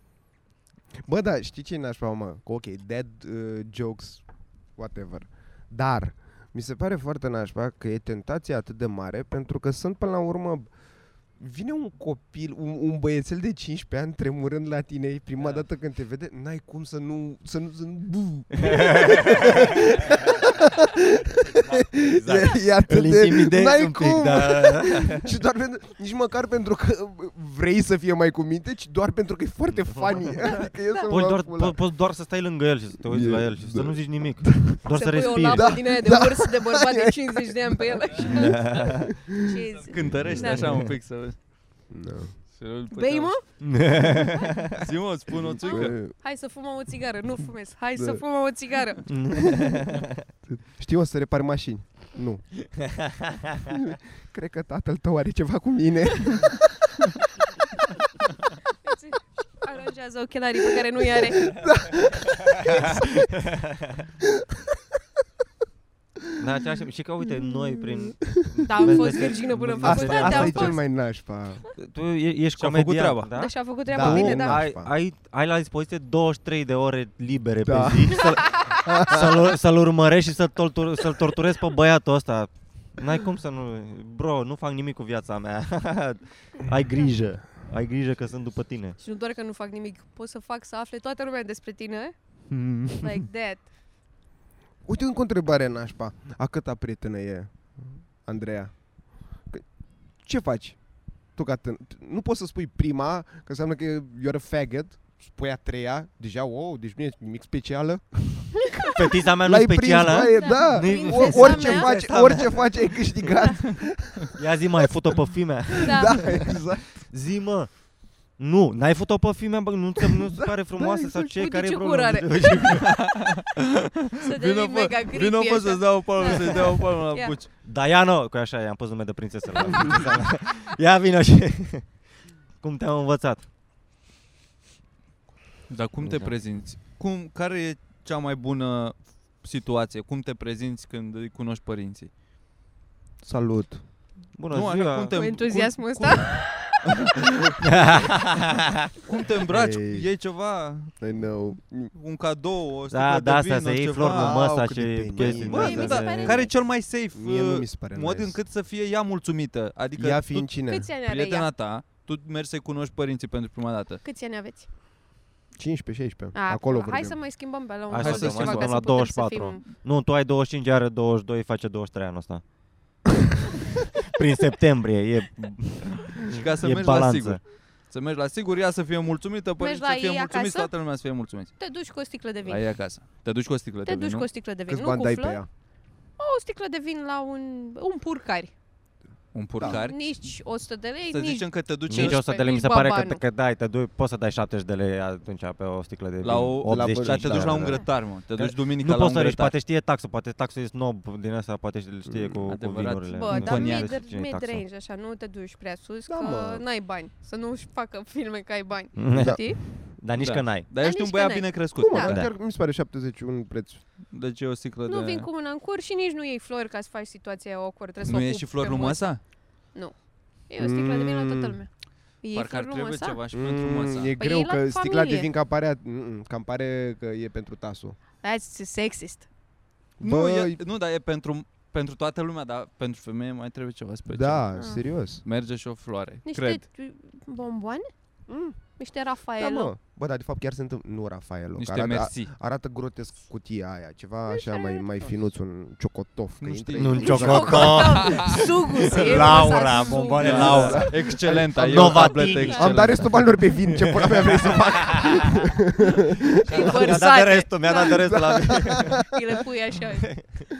S4: Bă, da, știi ce n-aș fa, mă? Că, Ok, dead uh, jokes, whatever. Dar, mi se pare foarte nașpa că e tentația atât de mare pentru că sunt până la urmă Vine un copil, un, un băiețel de 15 ani tremurând la tine e prima
S3: Da.
S4: dată când te vede, n-ai cum să nu să nu, să nu bu.
S6: Exact.
S4: E, e atât
S6: Îl
S4: de
S6: intimidezi
S4: n-ai
S6: un pic,
S4: cum.
S6: da.
S4: și doar pentru, nici măcar pentru că vrei să fie mai cu minte, ci doar pentru că e foarte funny. Adică e să
S5: Poți
S4: mă
S5: doar,
S4: pula.
S5: po- poți doar să stai lângă el și să te uiți
S4: E-
S5: la el și să
S4: da.
S5: nu zici nimic. Doar să
S2: Să pui o
S5: respiri.
S2: labă din aia de urs de bărbat de 50 de ani pe el așa. Ce zici?
S3: Cântărește
S2: Da.
S3: așa un pic să vezi.
S4: Da.
S3: Și îl puteam-
S2: Bei, mă?
S3: Zi mă, spun o țuică.
S4: Bă,
S2: Hai să fumăm o țigară, nu fumez. Hai
S4: Da.
S2: să fumăm o țigară.
S4: Știu, o să repar mașini. Nu. Cred că tatăl tău are ceva cu mine.
S2: Îți Aranjează ochelarii pe care nu i are.
S5: Da, aceeași, și că uite, noi prin...
S2: Da, am
S5: Vezi,
S2: fost
S5: vezi,
S2: virgină până în
S5: vezi,
S4: Asta,
S5: vezi,
S2: facultate,
S4: asta
S2: am
S4: e cel
S2: fost.
S4: mai nașpa.
S5: Tu e- ești
S3: Și-a făcut
S5: comedian,
S3: treaba.
S5: da?
S2: Deci a făcut
S4: Da,
S2: treaba bine,
S4: om,
S2: da.
S5: ai, ai, ai la dispoziție 23 de ore libere
S4: Da.
S5: pe zi și să, să-l, să-l urmărești și să-l, tortur, să-l torturezi pe băiatul ăsta. N-ai cum să nu... Bro, nu fac nimic cu viața mea. Ai grijă. Ai grijă că sunt după tine.
S2: Și nu doar că nu fac nimic, pot să fac să afle toată lumea despre tine. Like that.
S4: Uite încă o întrebare nașpa. A câta prietenă e Andreea? Că- Ce faci? Tu ca tân- Nu poți să spui prima, că înseamnă că you're a faggot. Spui a treia, deja, wow, deci nu e nimic specială.
S5: Fetița mea nu specială.
S4: baie,
S2: Da.
S4: da.
S5: Nu-i-
S4: O-
S2: Princesa
S4: orice,
S2: mea.
S4: faci, orice faci ai câștigat.
S5: Ia zi mai, fut-o pe fimea.
S2: Da.
S4: da, exact.
S5: Zi mă. Nu, n-ai fut-o pe fimea, bă, nu ți
S3: Da.
S5: nu ți pare frumoasă sau ce,
S2: Uite
S5: care
S2: ce
S5: e
S2: cur
S5: problema?
S2: are.
S5: Uite,
S2: Să
S3: Vino
S2: devii mega
S3: pe,
S2: creepy
S3: vino pe
S2: așa.
S3: să-ți dau o palmă, să-ți dau o palmă la
S2: Ia.
S3: buci.
S5: Diana, că așa e, am pus nume de prințesă. la prințesa. Ia vino și... Cum te-am învățat?
S3: Dar cum te
S5: Exact.
S3: prezinți? Cum, care e cea mai bună situație? Cum te prezinți când îi cunoști părinții?
S4: Salut.
S5: Bună
S3: nu,
S5: ziua.
S3: așa, cum te,
S2: Cu entuziasmul
S3: cum,
S2: ăsta?
S3: Cum, cum te îmbraci?
S4: Ei.
S3: Iei ceva,
S4: I know.
S3: un cadou, o
S5: Da,
S3: sticlă
S5: da,
S3: de
S5: asta
S3: vin,
S5: să iei
S3: ceva.
S5: flori
S4: Au,
S5: măsa
S4: cât de
S5: și
S4: bine.
S5: chestii.
S3: Băi,
S5: de
S2: mi se
S5: astea.
S2: pare
S3: Care e cel mai safe
S4: da, Mie nu
S3: uh,
S4: mi se pare
S3: mod
S4: nice.
S3: încât să fie ea mulțumită? Adică
S4: Ea
S3: tu-
S4: fiind cine?
S2: Câți ani are
S3: prietena
S2: ea?
S3: ta, tu mergi să-i cunoști părinții pentru prima dată.
S2: Câți ani aveți?
S4: 15-16.
S2: A,
S4: Acolo
S2: Hai
S4: vorbim.
S2: să mai schimbăm pe la un
S5: Hai
S3: să
S2: subiect
S3: schimbăm
S2: ceva, ca
S3: la
S2: să putem să
S5: 24.
S2: fim-
S5: Nu, tu ai 25, are 22, face 23 anul ăsta. Prin septembrie, e,
S3: Și ca să
S5: e
S3: mergi la sigur.
S5: balanță.
S3: Să mergi la sigur, ea să fie mulțumită, părinții
S2: la
S3: să fie
S2: ei
S3: mulțumiți,
S2: acasă?
S3: toată lumea să fie mulțumiți.
S2: Te duci cu o sticlă de
S3: La
S2: vin.
S3: ei acasă. Te duci cu o sticlă
S2: Te
S3: de vin,
S2: duci
S3: nu?
S2: cu o sticlă de vin,
S4: Câți
S2: nu
S4: bani
S2: cu
S4: dai pe
S2: flori.
S4: ea?
S2: O sticlă de vin la un, un purcari.
S3: Un
S4: Da.
S3: purcar.
S2: Nici 100 de lei,
S3: Să
S2: nici
S3: zicem că te duci
S5: Nici 100 de lei, mi se
S2: nici
S5: pare că,
S2: babanul.
S5: că dai, te duci, poți să dai 70 de lei atunci pe o sticlă de vin.
S3: la o, la,
S5: 85,
S3: dar te duci
S5: da,
S3: la
S5: da,
S3: un
S5: da.
S3: grătar, mă. Te duci duminica
S5: Nu
S3: la
S5: poți
S3: un
S5: să riști,
S3: grătar.
S5: poate știe taxul, poate taxul e snob din asta, poate știe cu, cu
S3: Adevărat.
S5: vinurile.
S2: Bă,
S3: Un
S2: dar
S3: coniac.
S2: mid,
S5: Cine-i taxa?
S2: mid-range, așa, nu te duci prea sus,
S4: Da,
S2: că
S4: mă.
S2: n-ai bani. Să nu-și facă filme că ai bani,
S5: Da.
S2: știi?
S5: Dar nici
S3: Da.
S5: că n-ai.
S3: Dar ești
S2: nici că
S3: un băiat
S2: n-ai.
S3: bine crescut.
S4: Cum, mă,
S2: Da.
S4: dar
S5: Da.
S4: chiar mi se pare 70 un preț.
S3: Deci e o sticlă de...
S2: Nu vin cu mâna în cur și nici nu iei flori ca să faci situația awkward. Trebuie
S3: Nu
S2: să o
S3: e
S2: pup
S3: și
S2: pe
S3: flori
S2: mână.
S3: măsa?
S2: E o sticlă de vin la toată
S4: Mm.
S2: lumea. E da?
S3: Parcă ar
S2: flori
S3: trebui
S2: măsa?
S3: ceva și pentru
S4: Mm,
S3: măsa.
S4: E
S2: Păi
S4: greu
S2: e la
S4: că sticla de
S2: familie.
S4: vin cam pare, mm, cam pare că e pentru tasul.
S2: That's sexist.
S3: Nu,
S4: Bă,
S3: e, nu, dar e pentru, pentru toată lumea, dar pentru femeie mai trebuie ceva special.
S4: Da,
S2: Ah.
S4: serios.
S3: Merge și o floare,
S2: Niște
S3: cred.
S2: bomboane?
S4: Mm.
S2: Niște
S4: Da,
S2: Rafaelo?
S4: mă. Bă, dar de fapt chiar se întâmplă. Nu Rafaelo.
S3: Niște
S4: arată, a-
S3: mersi.
S4: arată grotesc cutia aia. Ceva așa mai, mai finuț, un ciocotof. că
S3: Nu
S4: intră-
S3: știu.
S5: Nu un
S2: Sugus, e
S5: Laura,
S2: măsa,
S5: bomboane
S2: sugus.
S5: Laura.
S3: Excelenta, e o
S5: Novatini.
S3: tabletă
S4: Am
S3: excelentă.
S4: dat restul banilor pe vin, ce pula mea vrei să fac?
S5: Mi-a dat de
S2: Vărsate.
S5: restul, mi-a dat de restul la
S2: Îi le pui așa.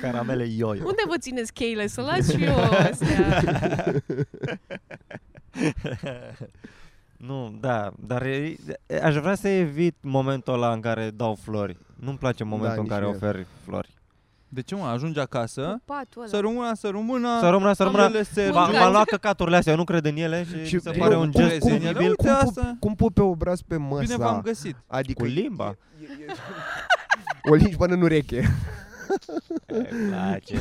S5: caramele yo-yo.
S2: Unde vă țineți cheile? Să las și eu astea.
S5: Nu, da, dar e, aș vrea să evit momentul ăla în care dau flori. Nu-mi place momentul da, în
S4: nici
S5: care
S4: mie.
S5: oferi flori.
S3: De ce mă, ajungi acasă,
S2: Patul ăla.
S3: să rămână, să rămână,
S5: Să rămână, să rămână.
S3: ele se
S5: M-a-
S2: Mâncați.
S5: M-am luat căcaturile astea, eu nu cred în ele și,
S4: Și
S5: mi se
S4: bine,
S5: pare un
S4: cum-
S5: gest
S4: cum-
S5: penibil.
S3: Uite
S4: Cum,
S3: asta.
S4: pup, cum pup pe obraz pe măsa?
S3: Bine v-am găsit.
S4: Adică
S5: Cu limba.
S4: o lingi până în ureche.
S5: Îmi place.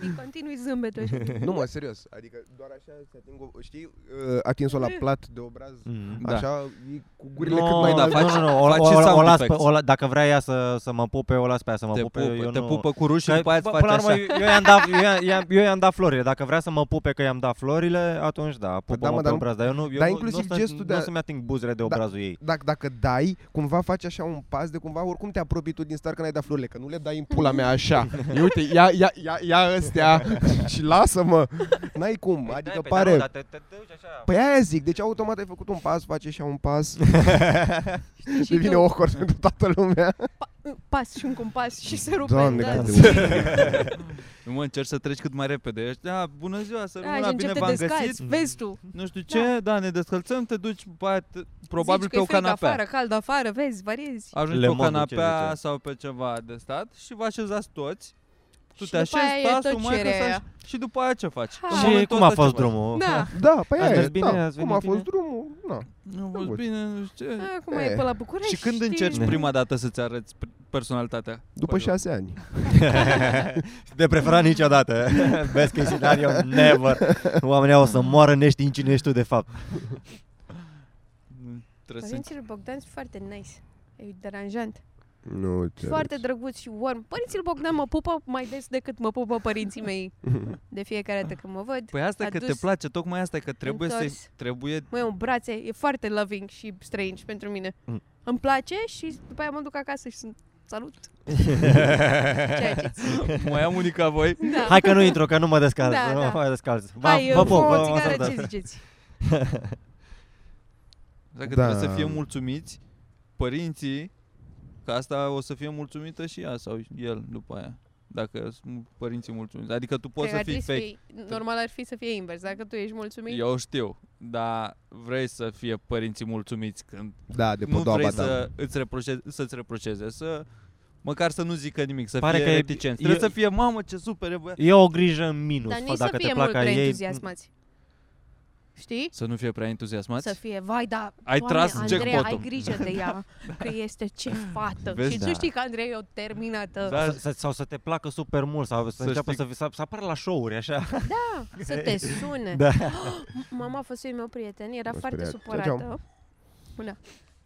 S2: Îi continui zâmbetul. așa.
S4: nu mă, serios. Adică doar așa se ating, o- știi, uh, atins-o la plat de obraz.
S5: Mm.
S3: Da.
S4: Așa, e cu gurile
S5: no,
S4: cât mai
S5: da,
S4: înalt.
S3: faci-
S5: nu, nu, nu, o,
S3: faci și
S5: o, o,
S3: sound
S5: las pe,
S3: effects.
S5: o, la- dacă vrea ea să, să mă pupe, o las pe ea să mă
S3: Te
S5: pupe, eu
S3: pupă, te
S5: nu...
S3: pupă cu ruși și
S5: Că-
S3: după aia îți
S5: bă,
S3: face
S5: până la urmă,
S3: așa.
S5: eu, eu, i-am dat, eu, i-am- i-am, eu i-am dat florile. Dacă vrea să mă pupe că i-am dat florile, atunci da, pupă
S4: da, mă,
S5: mă
S4: dar
S5: pe
S4: nu-
S5: obraz. Dar eu nu, eu
S4: dar
S5: nu,
S4: inclusiv
S5: nu,
S4: gestul de
S5: nu
S4: a- Da.
S5: o să-mi ating buzele de obrazul ei.
S4: Dacă, dacă dai, cumva faci așa un pas de cumva, oricum te apropii tu din start că n-ai dat florile, că nu le dai în pula mea așa. Ia uite, ia, ia, ia, ia ăstea și lasă-mă. N-ai
S3: Păi
S4: cum, adică
S3: da,
S4: pare...
S5: te, te duci
S2: Da.
S5: așa.
S4: Păi aia zic, deci automat ai făcut un pas, face și un pas,
S2: Și
S4: devine
S2: tu,
S4: awkward pentru toată lumea.
S2: pas și un compas și se rupe.
S4: Doamne,
S2: da.
S4: cât de
S3: Nu mă, încerci să treci cât mai repede. Ești, da, bună ziua, să
S2: Da, și
S3: rămână, bine
S2: încep te
S3: v-am
S2: descalți,
S3: găsit.
S2: vezi tu.
S3: Nu știu ce, da, ne descălțăm, te duci după aia, te- probabil
S2: Zici
S3: pe
S2: că
S3: o
S2: e frig
S3: canapea.
S2: afară, cald afară, vezi, variezi.
S3: Ajungi
S5: Le
S3: pe o
S5: modul, ce
S3: canapea
S5: zice.
S3: sau pe ceva de stat și vă așezați toți. Tu
S2: Și
S3: te
S2: după aia
S3: așezi,
S2: e
S3: tasul,
S2: tot
S3: mai
S2: cererea.
S3: că și după aia ce faci?
S2: Ha.
S3: În
S2: Și
S5: Și
S3: momentul
S5: cum a
S3: ăsta ce
S5: fost
S3: faci?
S5: drumul?
S2: Da,
S4: Da, păi
S5: Ați
S4: aia e,
S5: mers bine?
S4: da.
S5: Ați
S4: Cum
S5: venit
S4: a fost
S5: bine?
S4: drumul? Na.
S3: Nu a fost
S4: Bun.
S3: bine, nu știu ce.
S2: acum e
S4: E.
S2: pe la București.
S3: Eh. Și când
S2: Păi știi?
S3: încerci prima dată să-ți arăți pr- personalitatea? Păi
S4: După
S5: Păi da.
S4: șase ani.
S5: De preferat niciodată. Best case scenario, never. Oamenii o să moară, neștiind cine ești tu de fapt.
S3: Trebuie să Mm,
S2: Părinții lui Bogdan sunt foarte nice. E deranjant.
S4: Nu te
S2: Foarte drăguț și warm. Părinții lui Bogdan mă pupă mai des decât mă pupă părinții mei de fiecare
S5: Ah.
S2: dată când mă văd.
S3: Păi asta e că te
S2: Adus,
S3: place, tocmai asta e că trebuie să
S2: întors.
S3: trebuie
S2: Mă iau în brațe, e foarte loving și strange pentru mine.
S5: Mm.
S2: Îmi place și după aia mă duc acasă și sunt salut. Ceea ce
S3: mai am unii ca voi.
S2: da.
S5: Hai că nu intru, că nu mă descalz.
S2: Da,
S5: nu
S2: da.
S5: mă descalz. Ba,
S2: Hai,
S5: vă
S2: vă
S5: pup, vă,
S2: o
S5: vă
S2: țigară,
S5: salut.
S2: ce ziceți?
S3: Dacă că
S4: Da.
S3: trebuie să fie mulțumiți părinții, că asta o să fie mulțumită și ea sau el după aia. Dacă sunt părinții mulțumiți. Adică tu poți
S2: Cred că Păi
S3: să
S2: ar
S3: fii
S2: trebui
S3: fake.
S2: fie- Normal ar fi să fie invers. Dacă tu ești mulțumit,
S3: Eu știu, dar vrei să fie părinții mulțumiți când
S4: Da, de
S3: nu
S4: podoaba
S3: vrei
S4: ta.
S3: să îți reproșeze, să-ți reproșeze, să măcar să nu zică nimic, să
S5: Pare
S3: fie
S5: că e-
S3: reticent.
S5: e-
S3: Trebuie să fie, mamă, ce super e băiat.
S5: E o grijă în minus,
S2: dar
S5: fă,
S2: nici să
S5: dacă te
S2: fie
S5: plac
S2: mult
S5: ca
S2: prea
S5: ei.
S2: entuziasmați. Știi?
S3: Să nu fie prea entuziasmați.
S2: Să fie, vai, da,
S3: Ai
S2: doamne,
S3: tras
S2: Andreea, ai
S3: jackpot-ul.
S2: grijă de ea, că este ce fată.
S3: Vezi?
S2: și
S5: Da.
S2: tu știi că Andreea e o terminată.
S3: Da.
S5: Să- să- Sau să te placă super mult, sau să,
S3: Să
S5: înceapă
S3: știi-
S5: să, să, să apară la show-uri, așa.
S2: Să te sune.
S5: Da.
S2: Mama fostului meu prieten era
S4: Fost
S2: foarte
S4: prieten.
S2: supărată. Bună.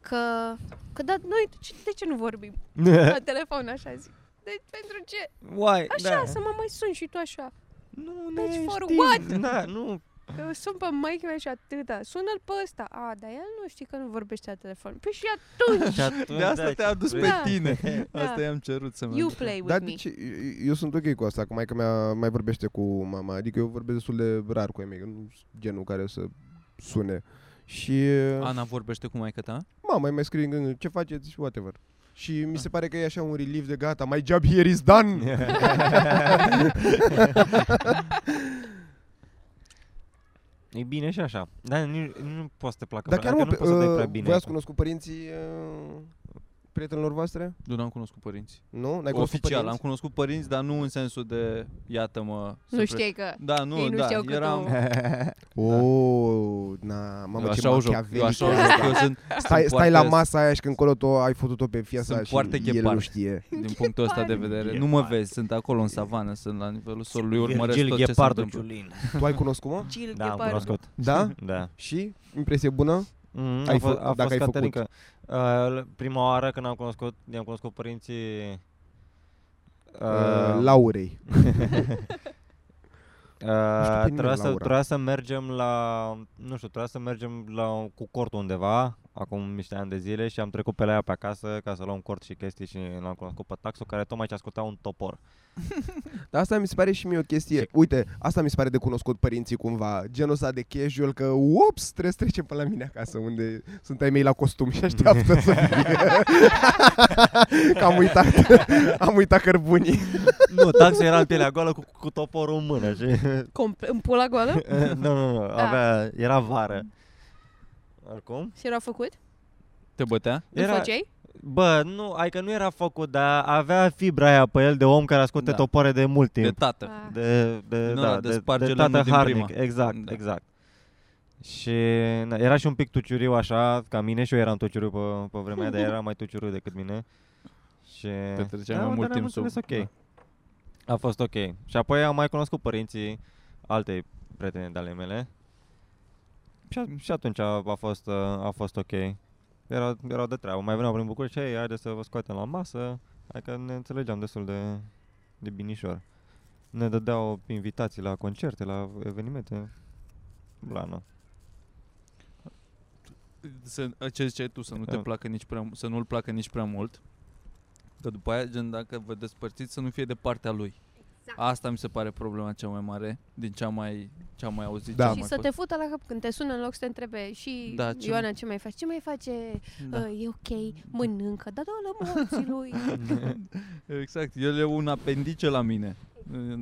S2: Că, că da, noi de ce, de ce nu vorbim
S5: Da.
S2: la telefon așa zic? Deci pentru ce?
S5: Uai,
S2: Așa,
S5: da.
S2: să mă mai sun și tu așa.
S5: Nu ne
S2: Deci, for
S5: știm.
S2: what?
S5: Da, nu.
S2: Că eu sun pe maică mea și atâta. Sună-l pe ăsta. A, dar el nu știe că nu vorbește la telefon. Păi și atunci,
S5: Și atunci,
S3: De asta te-a dus pe
S2: Da.
S3: tine.
S2: Da.
S3: Asta i-am cerut să
S2: you
S3: mă
S2: play with
S4: Da,
S2: me.
S4: deci eu sunt ok cu asta, că mai că mea mai vorbește cu mama, adică eu vorbesc destul de rar cu ei mei, că nu sunt genul care să sune. Și
S3: Ana vorbește cu maica ta?
S4: mama îi mai scrie în gând, ce faceți și whatever. Și mi se pare că e așa un relief de gata, my job here is done.
S5: E bine și așa. Dar nu, nu poți să te placă.
S4: Dar
S5: prea-
S4: chiar mă,
S5: adică nu poți să dai prea
S4: uh,
S5: bine.
S4: voi ați cunoscut părinții uh, prietenilor voastre?
S3: Nu n-am cunoscut părinți.
S4: Nu? N-ai cunoscut
S3: Oficial, am
S4: părinți?
S3: cunoscut părinți, dar nu în sensul de iată-mă. să
S2: Nu
S3: pre-
S2: știai că...
S3: Da, nu,
S2: Ei nu
S3: da,
S2: știau că
S3: eram...
S2: tu-
S4: Da. Oh, na, mamă,
S3: eu
S4: ce
S3: așa o joc, eu
S4: machiavelic
S3: așa o
S4: e
S3: joc,
S4: ăsta.
S3: eu sunt,
S4: Stai,
S3: sunt
S4: stai la
S3: foarte-
S4: masa aia și când colo tu ai făcut-o pe fiața
S3: Sunt
S4: și
S3: foarte
S4: el
S3: ghepard.
S4: nu știe.
S3: din punctul ăsta de vedere. Nu mă vezi, sunt acolo în savană, sunt la nivelul solului, urmăresc
S5: Virgil
S3: tot ce se
S5: Ghepardul
S3: întâmplă.
S5: Ciulin.
S4: Tu ai cunoscut, mă?
S2: Gil
S5: Da, am
S2: Ghepard.
S5: cunoscut.
S4: Da?
S5: Da.
S4: Și? Impresie bună?
S5: Mm,
S4: Ai
S5: a fost,
S4: fă- dacă
S5: a fost
S4: ai făcut.
S5: Caterinca. Uh, prima oară când am cunoscut, i-am cunoscut părinții
S4: Uh, Laurei. știu pe
S5: Uh,
S4: nimeni
S5: trebuia,
S4: la
S5: să,
S4: ora.
S5: trebuia să mergem la, nu știu, trebuia să mergem la, cu cortul undeva, acum niște ani de zile și am trecut pe la ea pe acasă ca să luăm cort și chestii și l-am cunoscut pe taxul care tocmai ce asculta un topor.
S4: Dar asta mi se pare și mie o chestie. Uite, asta mi se pare de cunoscut părinții cumva. Genul ăsta de casual că, ups, trebuie să trecem pe la mine acasă, unde sunt ai mei la costum și așteaptă să fie. că am uitat, am uitat cărbunii.
S5: nu, taxul era în pielea goală cu, cu toporul în mână și...
S2: Comple- în pula goală?
S5: nu, nu, nu,
S2: Da.
S5: avea, era vară. Oricum?
S2: Și era făcut?
S3: Te bătea?
S2: Îl
S5: Era,
S2: făceai?
S5: bă, nu, adică nu era făcut, dar avea fibra aia pe el de om care ascultă
S3: Da.
S5: topoare de mult timp.
S3: De tată.
S2: Ah.
S5: De, de,
S3: Nu,
S5: da,
S3: de
S5: de, de,
S3: sparge
S5: tată
S3: lemnul din
S5: harnic,
S3: prima.
S5: exact,
S3: Da.
S5: da. exact. Și na, era și un pic tuciuriu așa, ca mine și eu eram tuciuriu pe, pe vremea aia, dar era mai tuciuriu decât mine. Și
S3: Petreceam
S5: da,
S3: mai
S5: mă,
S3: mult
S5: dar am
S3: timp sub- da.
S5: înțeles ok. A fost ok. Și apoi am mai cunoscut părinții altei prietene de ale mele. Și, a- și atunci a, a, fost, uh, a fost ok. Erau, erau de treabă. Mai veneau prin București, hei, haide să vă scoatem la masă. Adică ne înțelegeam destul de, de binișor. Ne dădeau invitații la concerte, la evenimente. Blană.
S3: Să, ce ziceai tu, să nu te
S5: Da.
S3: placă nici prea, să nu-l placă nici prea mult. Că după aia, gen, dacă vă despărțiți, să nu fie de partea lui. Exact. Asta mi se pare problema cea mai mare din cea mai, cea mai auzit.
S4: Da.
S3: cea
S2: și
S3: mai
S2: să te fută la cap când te sună în loc să te întrebe și
S3: Da,
S2: da,
S3: ce-
S2: Ioana ce mai faci? Ce mai face?
S3: fost-
S2: Da.
S3: da.
S2: Uh, e ok, mănâncă, dar dă-l morții lui.
S3: Exact, el e un apendice la mine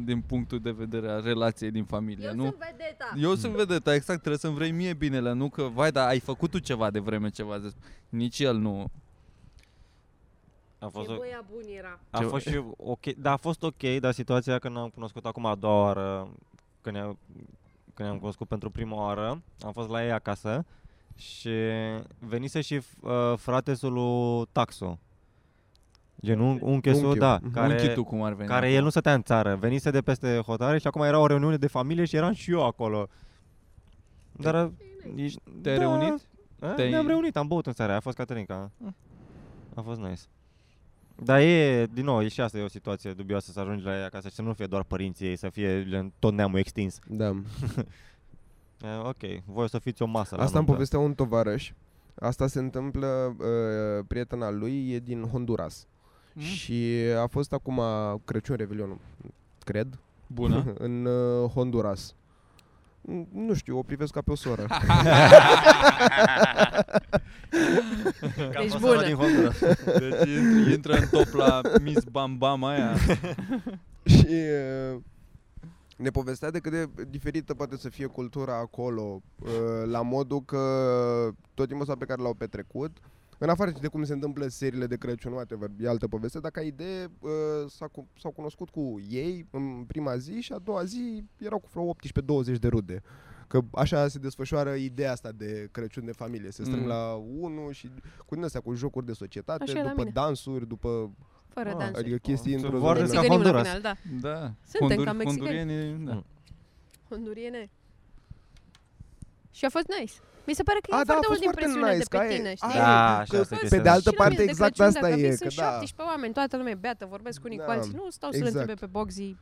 S3: din punctul de vedere a relației din familie, nu?
S2: vedeta.
S3: Eu sunt vedeta, exact, trebuie să-mi vrei mie binele, nu că, vai, dar ai făcut tu ceva de vreme, ceva de... Nici el nu.
S5: A fost, o-
S2: bun era.
S5: a
S3: Ce-
S5: fost și ok, dar a fost ok, dar situația când am cunoscut acum a doua oară, când ne-am, când ne-am cunoscut pentru prima oară, am fost la ei acasă și venise și uh, fratesul lui Taxu. Gen un, unchesul,
S4: Unchiul,
S5: da,
S4: mhm.
S5: care,
S3: Unchi tu cum ar veni.
S5: care
S3: acum.
S5: el nu stătea în țară, venise de peste hotare și acum era o reuniune de familie și eram și eu acolo. Dar ești,
S3: Te-ai reunit?
S5: A,
S3: Te-ai- Mm.
S5: Ne-am reunit, am băut în seara, aia, a fost Caterinca. A fost nice. Dar e, din nou, e și asta e o situație dubioasă să ajungi la ea acasă și să nu fie doar părinții ei, să fie gen, tot neamul extins.
S4: Da.
S5: E, ok, voi o să fiți o masă la
S4: Asta îmi
S5: nuntă.
S4: povestea un tovarăș. Asta se întâmplă, uh, prietena lui e din Honduras.
S3: Mm.
S4: Și a fost acum Crăciun, Revelionul, cred,
S3: Bună.
S4: în uh, Honduras. N- Nu știu, o privesc ca pe o soră.
S2: Deci
S6: Deci
S2: bună.
S6: Din Honduras.
S3: Deci intri- intră în top la Miss Bam Bam aia.
S4: și uh, ne povestea de cât de diferită poate să fie cultura acolo, uh, la modul că tot timpul ăsta pe care l-au petrecut, în afară de cum se întâmplă seriile de Crăciun, whatever, e altă poveste, dar ca idee uh, s-a cu- s-au cunoscut cu ei în prima zi și a doua zi erau cu vreo 18-20 de rude. Că așa se desfășoară ideea asta de Crăciun de familie. Se strâng
S3: Mm.
S4: mm. la unul și cu din astea, cu jocuri de societate,
S2: Așa e la
S4: după
S2: mine.
S4: dansuri, după
S2: Fără
S5: Ah,
S2: ah, dansuri.
S4: adică chestii
S5: Sunt
S4: într-o
S5: foarte
S4: zonă-
S2: Ne
S5: Ca
S2: gândim la
S5: Honduras.
S2: final, da.
S3: Da.
S2: Suntem ca mexicani.
S3: Hondurienii, da.
S5: Mm.
S2: Honduriene. Și a fost nice. Mi se pare că
S4: A,
S2: e
S4: da,
S2: foarte mult
S4: a fost
S2: din
S4: foarte
S2: presiune
S4: nice,
S2: de
S4: că
S2: pe
S4: ai-
S2: tine, știi?
S4: ai-
S5: Da, și asta e
S4: Pe
S5: chestia.
S4: de altă
S2: Și la mine
S4: parte,
S2: de
S4: exact
S2: Crăciun,
S4: asta
S2: dacă vii,
S4: e. Că
S2: Sunt
S4: da.
S2: 17 oameni, toată lumea e beată, vorbesc cu unii
S4: Da,
S2: cu alții. Nu stau să
S4: exact.
S2: le întrebe pe boxii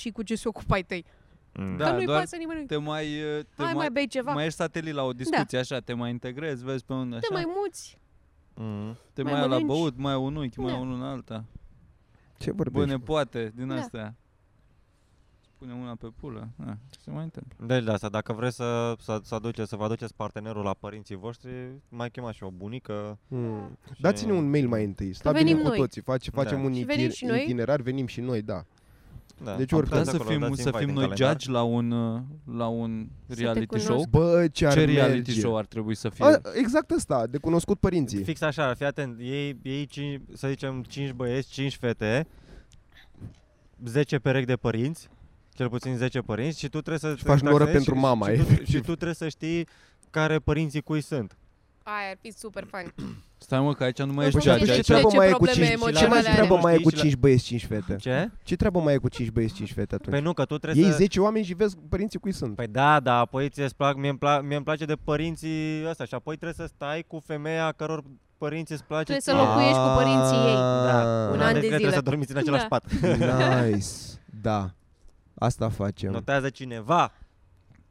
S2: și cu ce se ocupai tăi.
S5: Mm.
S3: Da,
S2: Că nu-i
S3: doar
S2: pasă nimănui.
S3: Te mai... uh, Te
S2: Hai, mai bei ceva, Da.
S3: mai ești satelit la o discuție așa, te mai integrezi, vezi pe unde așa,
S2: te mai muți.
S5: Mm.
S3: te
S2: mai
S3: mai, ia la
S2: mănânci.
S3: băut, mai ia un unchi, mai
S2: Da.
S3: ia unul în alta.
S4: Ce
S3: Bă,
S4: vorbești?
S3: ne poate din
S2: Da.
S3: astea. Pune una pe pulă. Da, se mai întâmplă.
S5: Deci de asta, dacă vreți să, să, să, aduce, să vă aduceți partenerul la părinții voștri, mai chemați și o bunică.
S4: Mm.
S5: și-
S4: Dați-ne un mail mai întâi.
S2: venim
S4: Stabilim cu
S2: noi.
S4: toții. Face,
S5: Da.
S4: facem un
S2: Și venim
S4: iti-
S2: și noi?
S4: itinerar, venim și noi, da.
S5: Da.
S4: Deci
S5: Am
S4: oricând.
S5: plăcut
S3: Da, să
S5: acolo,
S3: fim,
S5: dați
S3: să
S5: invite
S3: fim
S5: în
S3: noi
S5: calendar.
S3: judge la un, uh, la un
S2: Să te
S3: reality show.
S2: cunosc.
S4: Bă, ce ar
S3: Ce reality
S4: merge.
S3: show ar trebui să fie?
S4: A, exact asta, de cunoscut părinții. Păi
S5: Fix așa, fii atent, ei, ei cinci, să zicem 5 băieți, 5 fete, 10 perechi de părinți, cel puțin 10 părinți și tu trebuie să...
S4: Și faci noră
S5: taxezi
S4: pentru mama,
S5: și, tu,
S4: efectiv.
S5: și tu trebuie să știi care părinții cui sunt.
S2: Aia ar fi super fun.
S3: Stai mă, că aici nu mai
S5: Păi
S2: Nu
S3: ești
S2: știu
S4: Și
S3: judge.
S4: atunci
S2: ce
S4: ce
S2: trece
S3: Aici
S4: treabă mai e cu
S2: probleme
S4: 5 Ce
S2: emoționale
S4: mai
S2: are.
S4: treabă mai e cu
S5: Știi și la-
S4: 5 băieți, 5 fete?
S5: Ce?
S4: Ce treabă mai e cu 5 băieți, 5 fete atunci?
S5: Păi nu, că tu trebuie
S4: Ei
S5: să...
S4: 10 oameni și vezi părinții cui sunt.
S5: Păi da, da, apoi ți plac, mie îmi plac, mie îmi place de părinții ăsta și apoi trebuie să stai cu femeia căror părinții îți place.
S2: Trebuie să
S5: ție.
S2: locuiești cu părinții ei.
S5: Da,
S2: Un
S5: un
S2: an
S5: an
S2: de
S5: de
S2: zile.
S5: zile trebuie să dormiți în același
S2: Da.
S5: pat.
S4: Ah, Nice. Da. Asta facem.
S5: Notează cineva.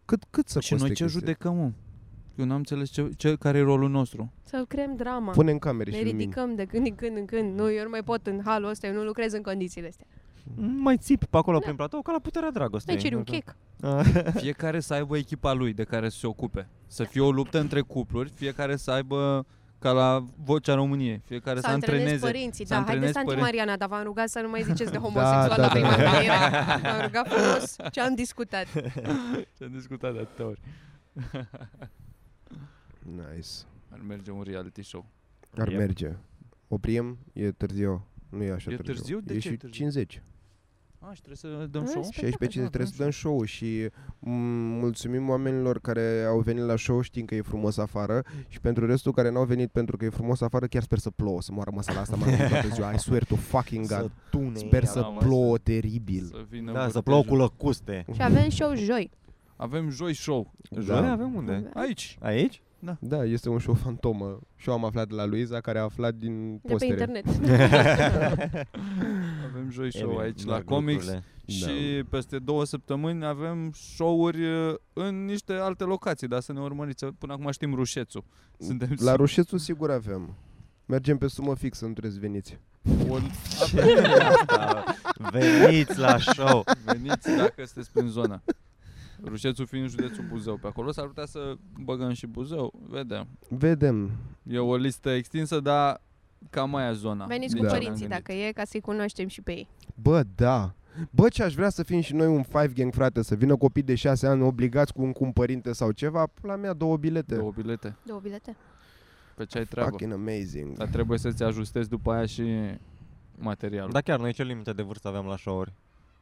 S4: Cât, cât să
S3: Și noi
S4: coste
S3: ce
S4: chestia?
S3: judecăm, mă? Eu n-am înțeles ce, ce, care e rolul nostru.
S2: Să creăm drama.
S4: Pune în camere
S2: Ne
S4: și lumini.
S2: ridicăm de când în când în când. Nu, eu nu mai pot în halul ăsta, eu nu lucrez în condițiile astea.
S5: Mai țipi pe acolo
S2: Da.
S5: prin platou ca la puterea dragostei.
S2: Mai ceri un
S5: Nu?
S2: chec.
S3: Fiecare să aibă echipa lui de care să se ocupe. Să fie o luptă între cupluri, fiecare să aibă ca la vocea României, fiecare să,
S2: Să antrenezi
S3: antreneze.
S2: părinții.
S3: să
S2: Da, haideți
S3: antrenezi
S2: să antimariana, dar v-am rugat să nu mai ziceți de
S4: Da,
S2: homosexual
S4: da,
S2: la
S4: da.
S2: prima da, V-am rugat frumos ce am discutat.
S3: Am discutat de atâtea ori.
S4: Nice.
S3: Ar merge un reality show.
S4: Ar
S5: Yep.
S4: merge. Oprim, e târziu. Nu e așa
S3: E
S4: târziu.
S3: târziu? De
S4: e
S3: ce e
S4: și
S3: târziu?
S2: Păi
S4: 50.
S3: A, și trebuie să dăm
S2: Ah,
S3: show?
S2: spect-
S4: Și aici pe
S2: Spectacol,
S4: 50 trebuie să
S3: da,
S4: dăm show și mm, mulțumim oamenilor care au venit la show, știm că e frumos afară și pentru restul care n-au venit pentru că e frumos afară, chiar sper să plouă, să moară măsala asta mai mult toată ziua. I swear to fucking
S5: Să
S4: God.
S5: tune.
S4: Sper să
S3: Da, mă,
S4: plouă teribil.
S3: Să vină
S5: Da, să
S3: vârtejul.
S5: plouă cu lăcuste.
S2: Și avem show joi.
S3: Avem joi show.
S5: Joi avem unde?
S3: Aici.
S5: Aici?
S4: Da, este un show fantomă. Și eu am aflat de la Luiza, care a aflat din
S2: De pe
S4: postere.
S2: internet.
S3: Avem joi
S5: E
S3: show
S5: bine, da,
S3: aici
S4: da,
S3: la
S5: merg
S3: Comics.
S5: lucrurile.
S3: Și peste două săptămâni avem show-uri uh, în niște alte locații, dar să ne urmăriți. Până acum știm rușețul. Suntem
S4: La Roșețu sigur avem. Mergem pe sumă fixă, nu trebuie să veniți.
S3: bun.
S5: Da, Veniți la show.
S3: Veniți dacă sunteți prin zonă. Rușețul fiind județul Buzău pe acolo, s-ar putea să băgăm și Buzău, vedem.
S4: Vedem.
S3: E o listă extinsă, dar cam aia zona.
S2: Veniți cu
S3: Deci
S4: Da.
S2: părinții
S3: ne-am
S2: dacă e, ca să-i cunoaștem și pe ei.
S4: Bă, da. Bă, ce aș vrea să fim și noi un five gang, frate, să vină copii de 6 ani obligați cu un, cu un părinte sau ceva, la mea două bilete.
S3: gândit. Două bilete,
S2: Două bilete.
S3: pe ce ai treabă. Da.
S4: Fucking amazing.
S3: Dar trebuie să-ți ajustezi după aia și
S4: Da.
S3: materialul.
S5: Dar Da, chiar noi ce limită de vârstă aveam la show-uri?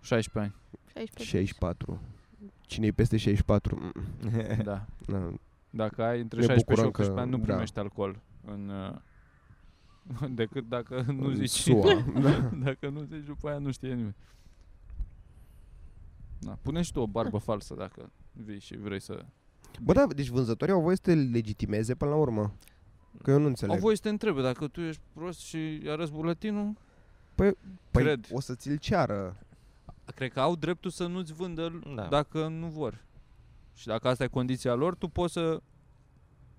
S3: 16
S2: 16.
S4: 64. Cine e peste 64? mm,
S3: ani, da.
S4: Na,
S3: Dacă ai între
S4: Ne
S3: 16 și
S4: bucurăm
S3: 18
S4: că-
S3: ani, nu
S4: da.
S3: primești alcool în uh, decât dacă nu
S4: în
S3: zici
S4: mm, SUA. da.
S3: dacă nu zici după aia nu știe nimeni. Da, pune și tu o barbă falsă dacă vii și vrei să...
S4: Bă, da, deci vânzătorii au voie să te legitimeze până la urmă. Că eu nu
S3: Au
S4: înțeleg.
S3: voie să te întrebe dacă tu ești prost și arăți buletinul,
S4: Păi
S3: Cred.
S4: o să ți-l ceară.
S3: Cred că au dreptul să nu-ți vândă
S5: Da.
S3: da. dacă nu vor. Și dacă asta e condiția lor, tu poți să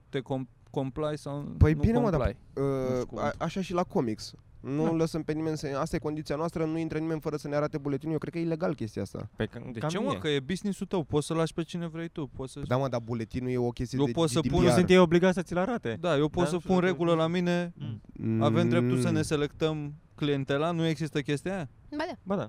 S3: te com- comply sau
S4: Păi
S3: nu
S4: bine, mă,
S3: comply.
S4: dar
S3: știu
S4: Uh,
S3: cum.
S4: a, așa și la comics. Nu
S3: Da.
S4: lăsăm pe nimeni să... Asta e condiția noastră, nu intră nimeni fără să ne arate buletinul. Eu cred că e ilegal chestia asta.
S5: Pe cam,
S3: De
S5: cam
S3: ce, mă?
S5: e.
S3: Că e business-ul tău, poți să lași pe cine vrei tu, poți să...
S4: Da, mă, dar buletinul e o chestie
S3: Eu
S4: de
S3: pot să
S4: GDPR.
S3: pun-
S5: Nu sunt ei obligați să ți-l arate.
S3: Da, eu pot
S5: Da,
S3: să
S5: absolut,
S3: pun
S5: eu-
S3: regulă la mine,
S4: Mm.
S3: avem dreptul să ne selectăm clientela, nu există chestia aia.
S2: Ba da.
S5: Ba da.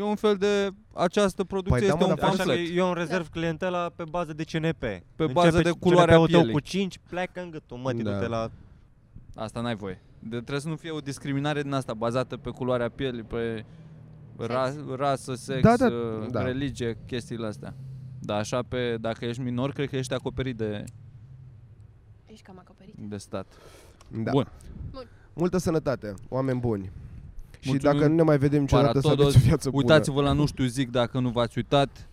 S3: E un fel de, această producție
S4: da,
S3: este
S4: mă,
S3: un
S4: dar faci
S5: Așa că
S3: pamflet.
S5: eu îmi rezerv clientela pe bază de CNP. Pe
S3: bază de culoarea
S5: tău
S3: pielei.
S5: cu 5, pleacă în gâtul mătii,
S4: Da.
S5: da. du-te la...
S3: Asta n-ai voie. De, trebuie să nu fie o discriminare din asta bazată pe culoarea pielii, pe ra, rasă, sex,
S4: Da,
S3: da,
S4: da,
S3: da,
S4: da.
S3: da. religie, chestiile astea. Dar așa pe, dacă ești minor, cred că ești acoperit de,
S2: Ești cam acoperit.
S3: de stat.
S4: Da.
S3: Bun.
S4: Multă sănătate, oameni buni. Și
S3: Mulțumim,
S4: dacă nu ne mai vedem niciodată, să
S3: Paratodos.
S4: aveți o viață bună.
S3: Uitați-vă la Nu știu zic dacă nu v-ați uitat.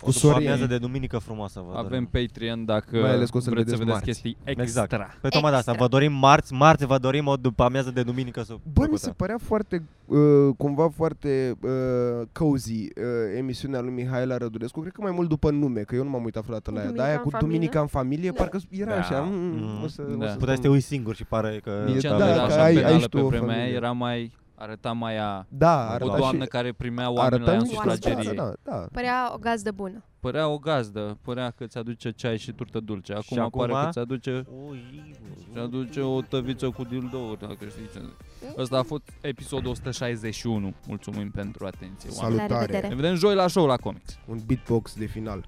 S5: O să
S4: Sorin.
S5: amiază de duminică frumoasă, vă
S3: Avem
S5: dorim.
S3: Patreon dacă
S4: Mai ales că o să-l
S3: vreți să
S4: vedeți
S3: vedeți
S4: marți.
S3: chestii extra.
S5: Exact.
S3: Exact.
S5: Pe tocmai de asta, vă dorim marți, marți vă dorim o după amiază de duminică sub
S4: Bă, mi se părea foarte, uh, cumva foarte uh, cozy uh, emisiunea lui Mihaela Rădulescu, cred că mai mult după nume, că eu nu m-am uitat vreodată la ea,
S2: Duminica
S4: dar aia
S2: în
S4: cu
S2: familie?
S4: Duminica în familie,
S2: Da.
S4: parcă era
S3: Da.
S4: așa, mm,
S5: Mm.
S4: o să,
S3: Da.
S4: o să
S5: Puteai să te uiți singur și pare că...
S4: E-
S3: Ce
S4: da,
S3: avea
S4: că
S3: așa
S4: ai- ai
S3: penală
S4: și tu
S3: pe
S4: o
S3: vremea aia,
S4: familie.
S3: era mai, arăta mai a
S4: Da,
S3: o
S4: arăta
S3: doamnă
S4: și,
S3: care primea oameni la
S4: arăta
S3: ea în
S4: niște-
S3: sufragerie.
S4: da, da, da.
S2: Părea o gazdă bună.
S3: Părea o gazdă, părea că ți aduce ceai și turtă dulce. Acum,
S5: Și acum?
S3: pare că ți aduce
S5: Ui,
S3: Și aduce o tăviță cu dildouri, dacă știi ce zic. Ăsta a fost episodul 161. Mulțumim pentru atenție, oameni.
S2: La
S4: Salutare,
S2: revedere.
S3: Ne vedem joi la show la Comics.
S4: un beatbox de final.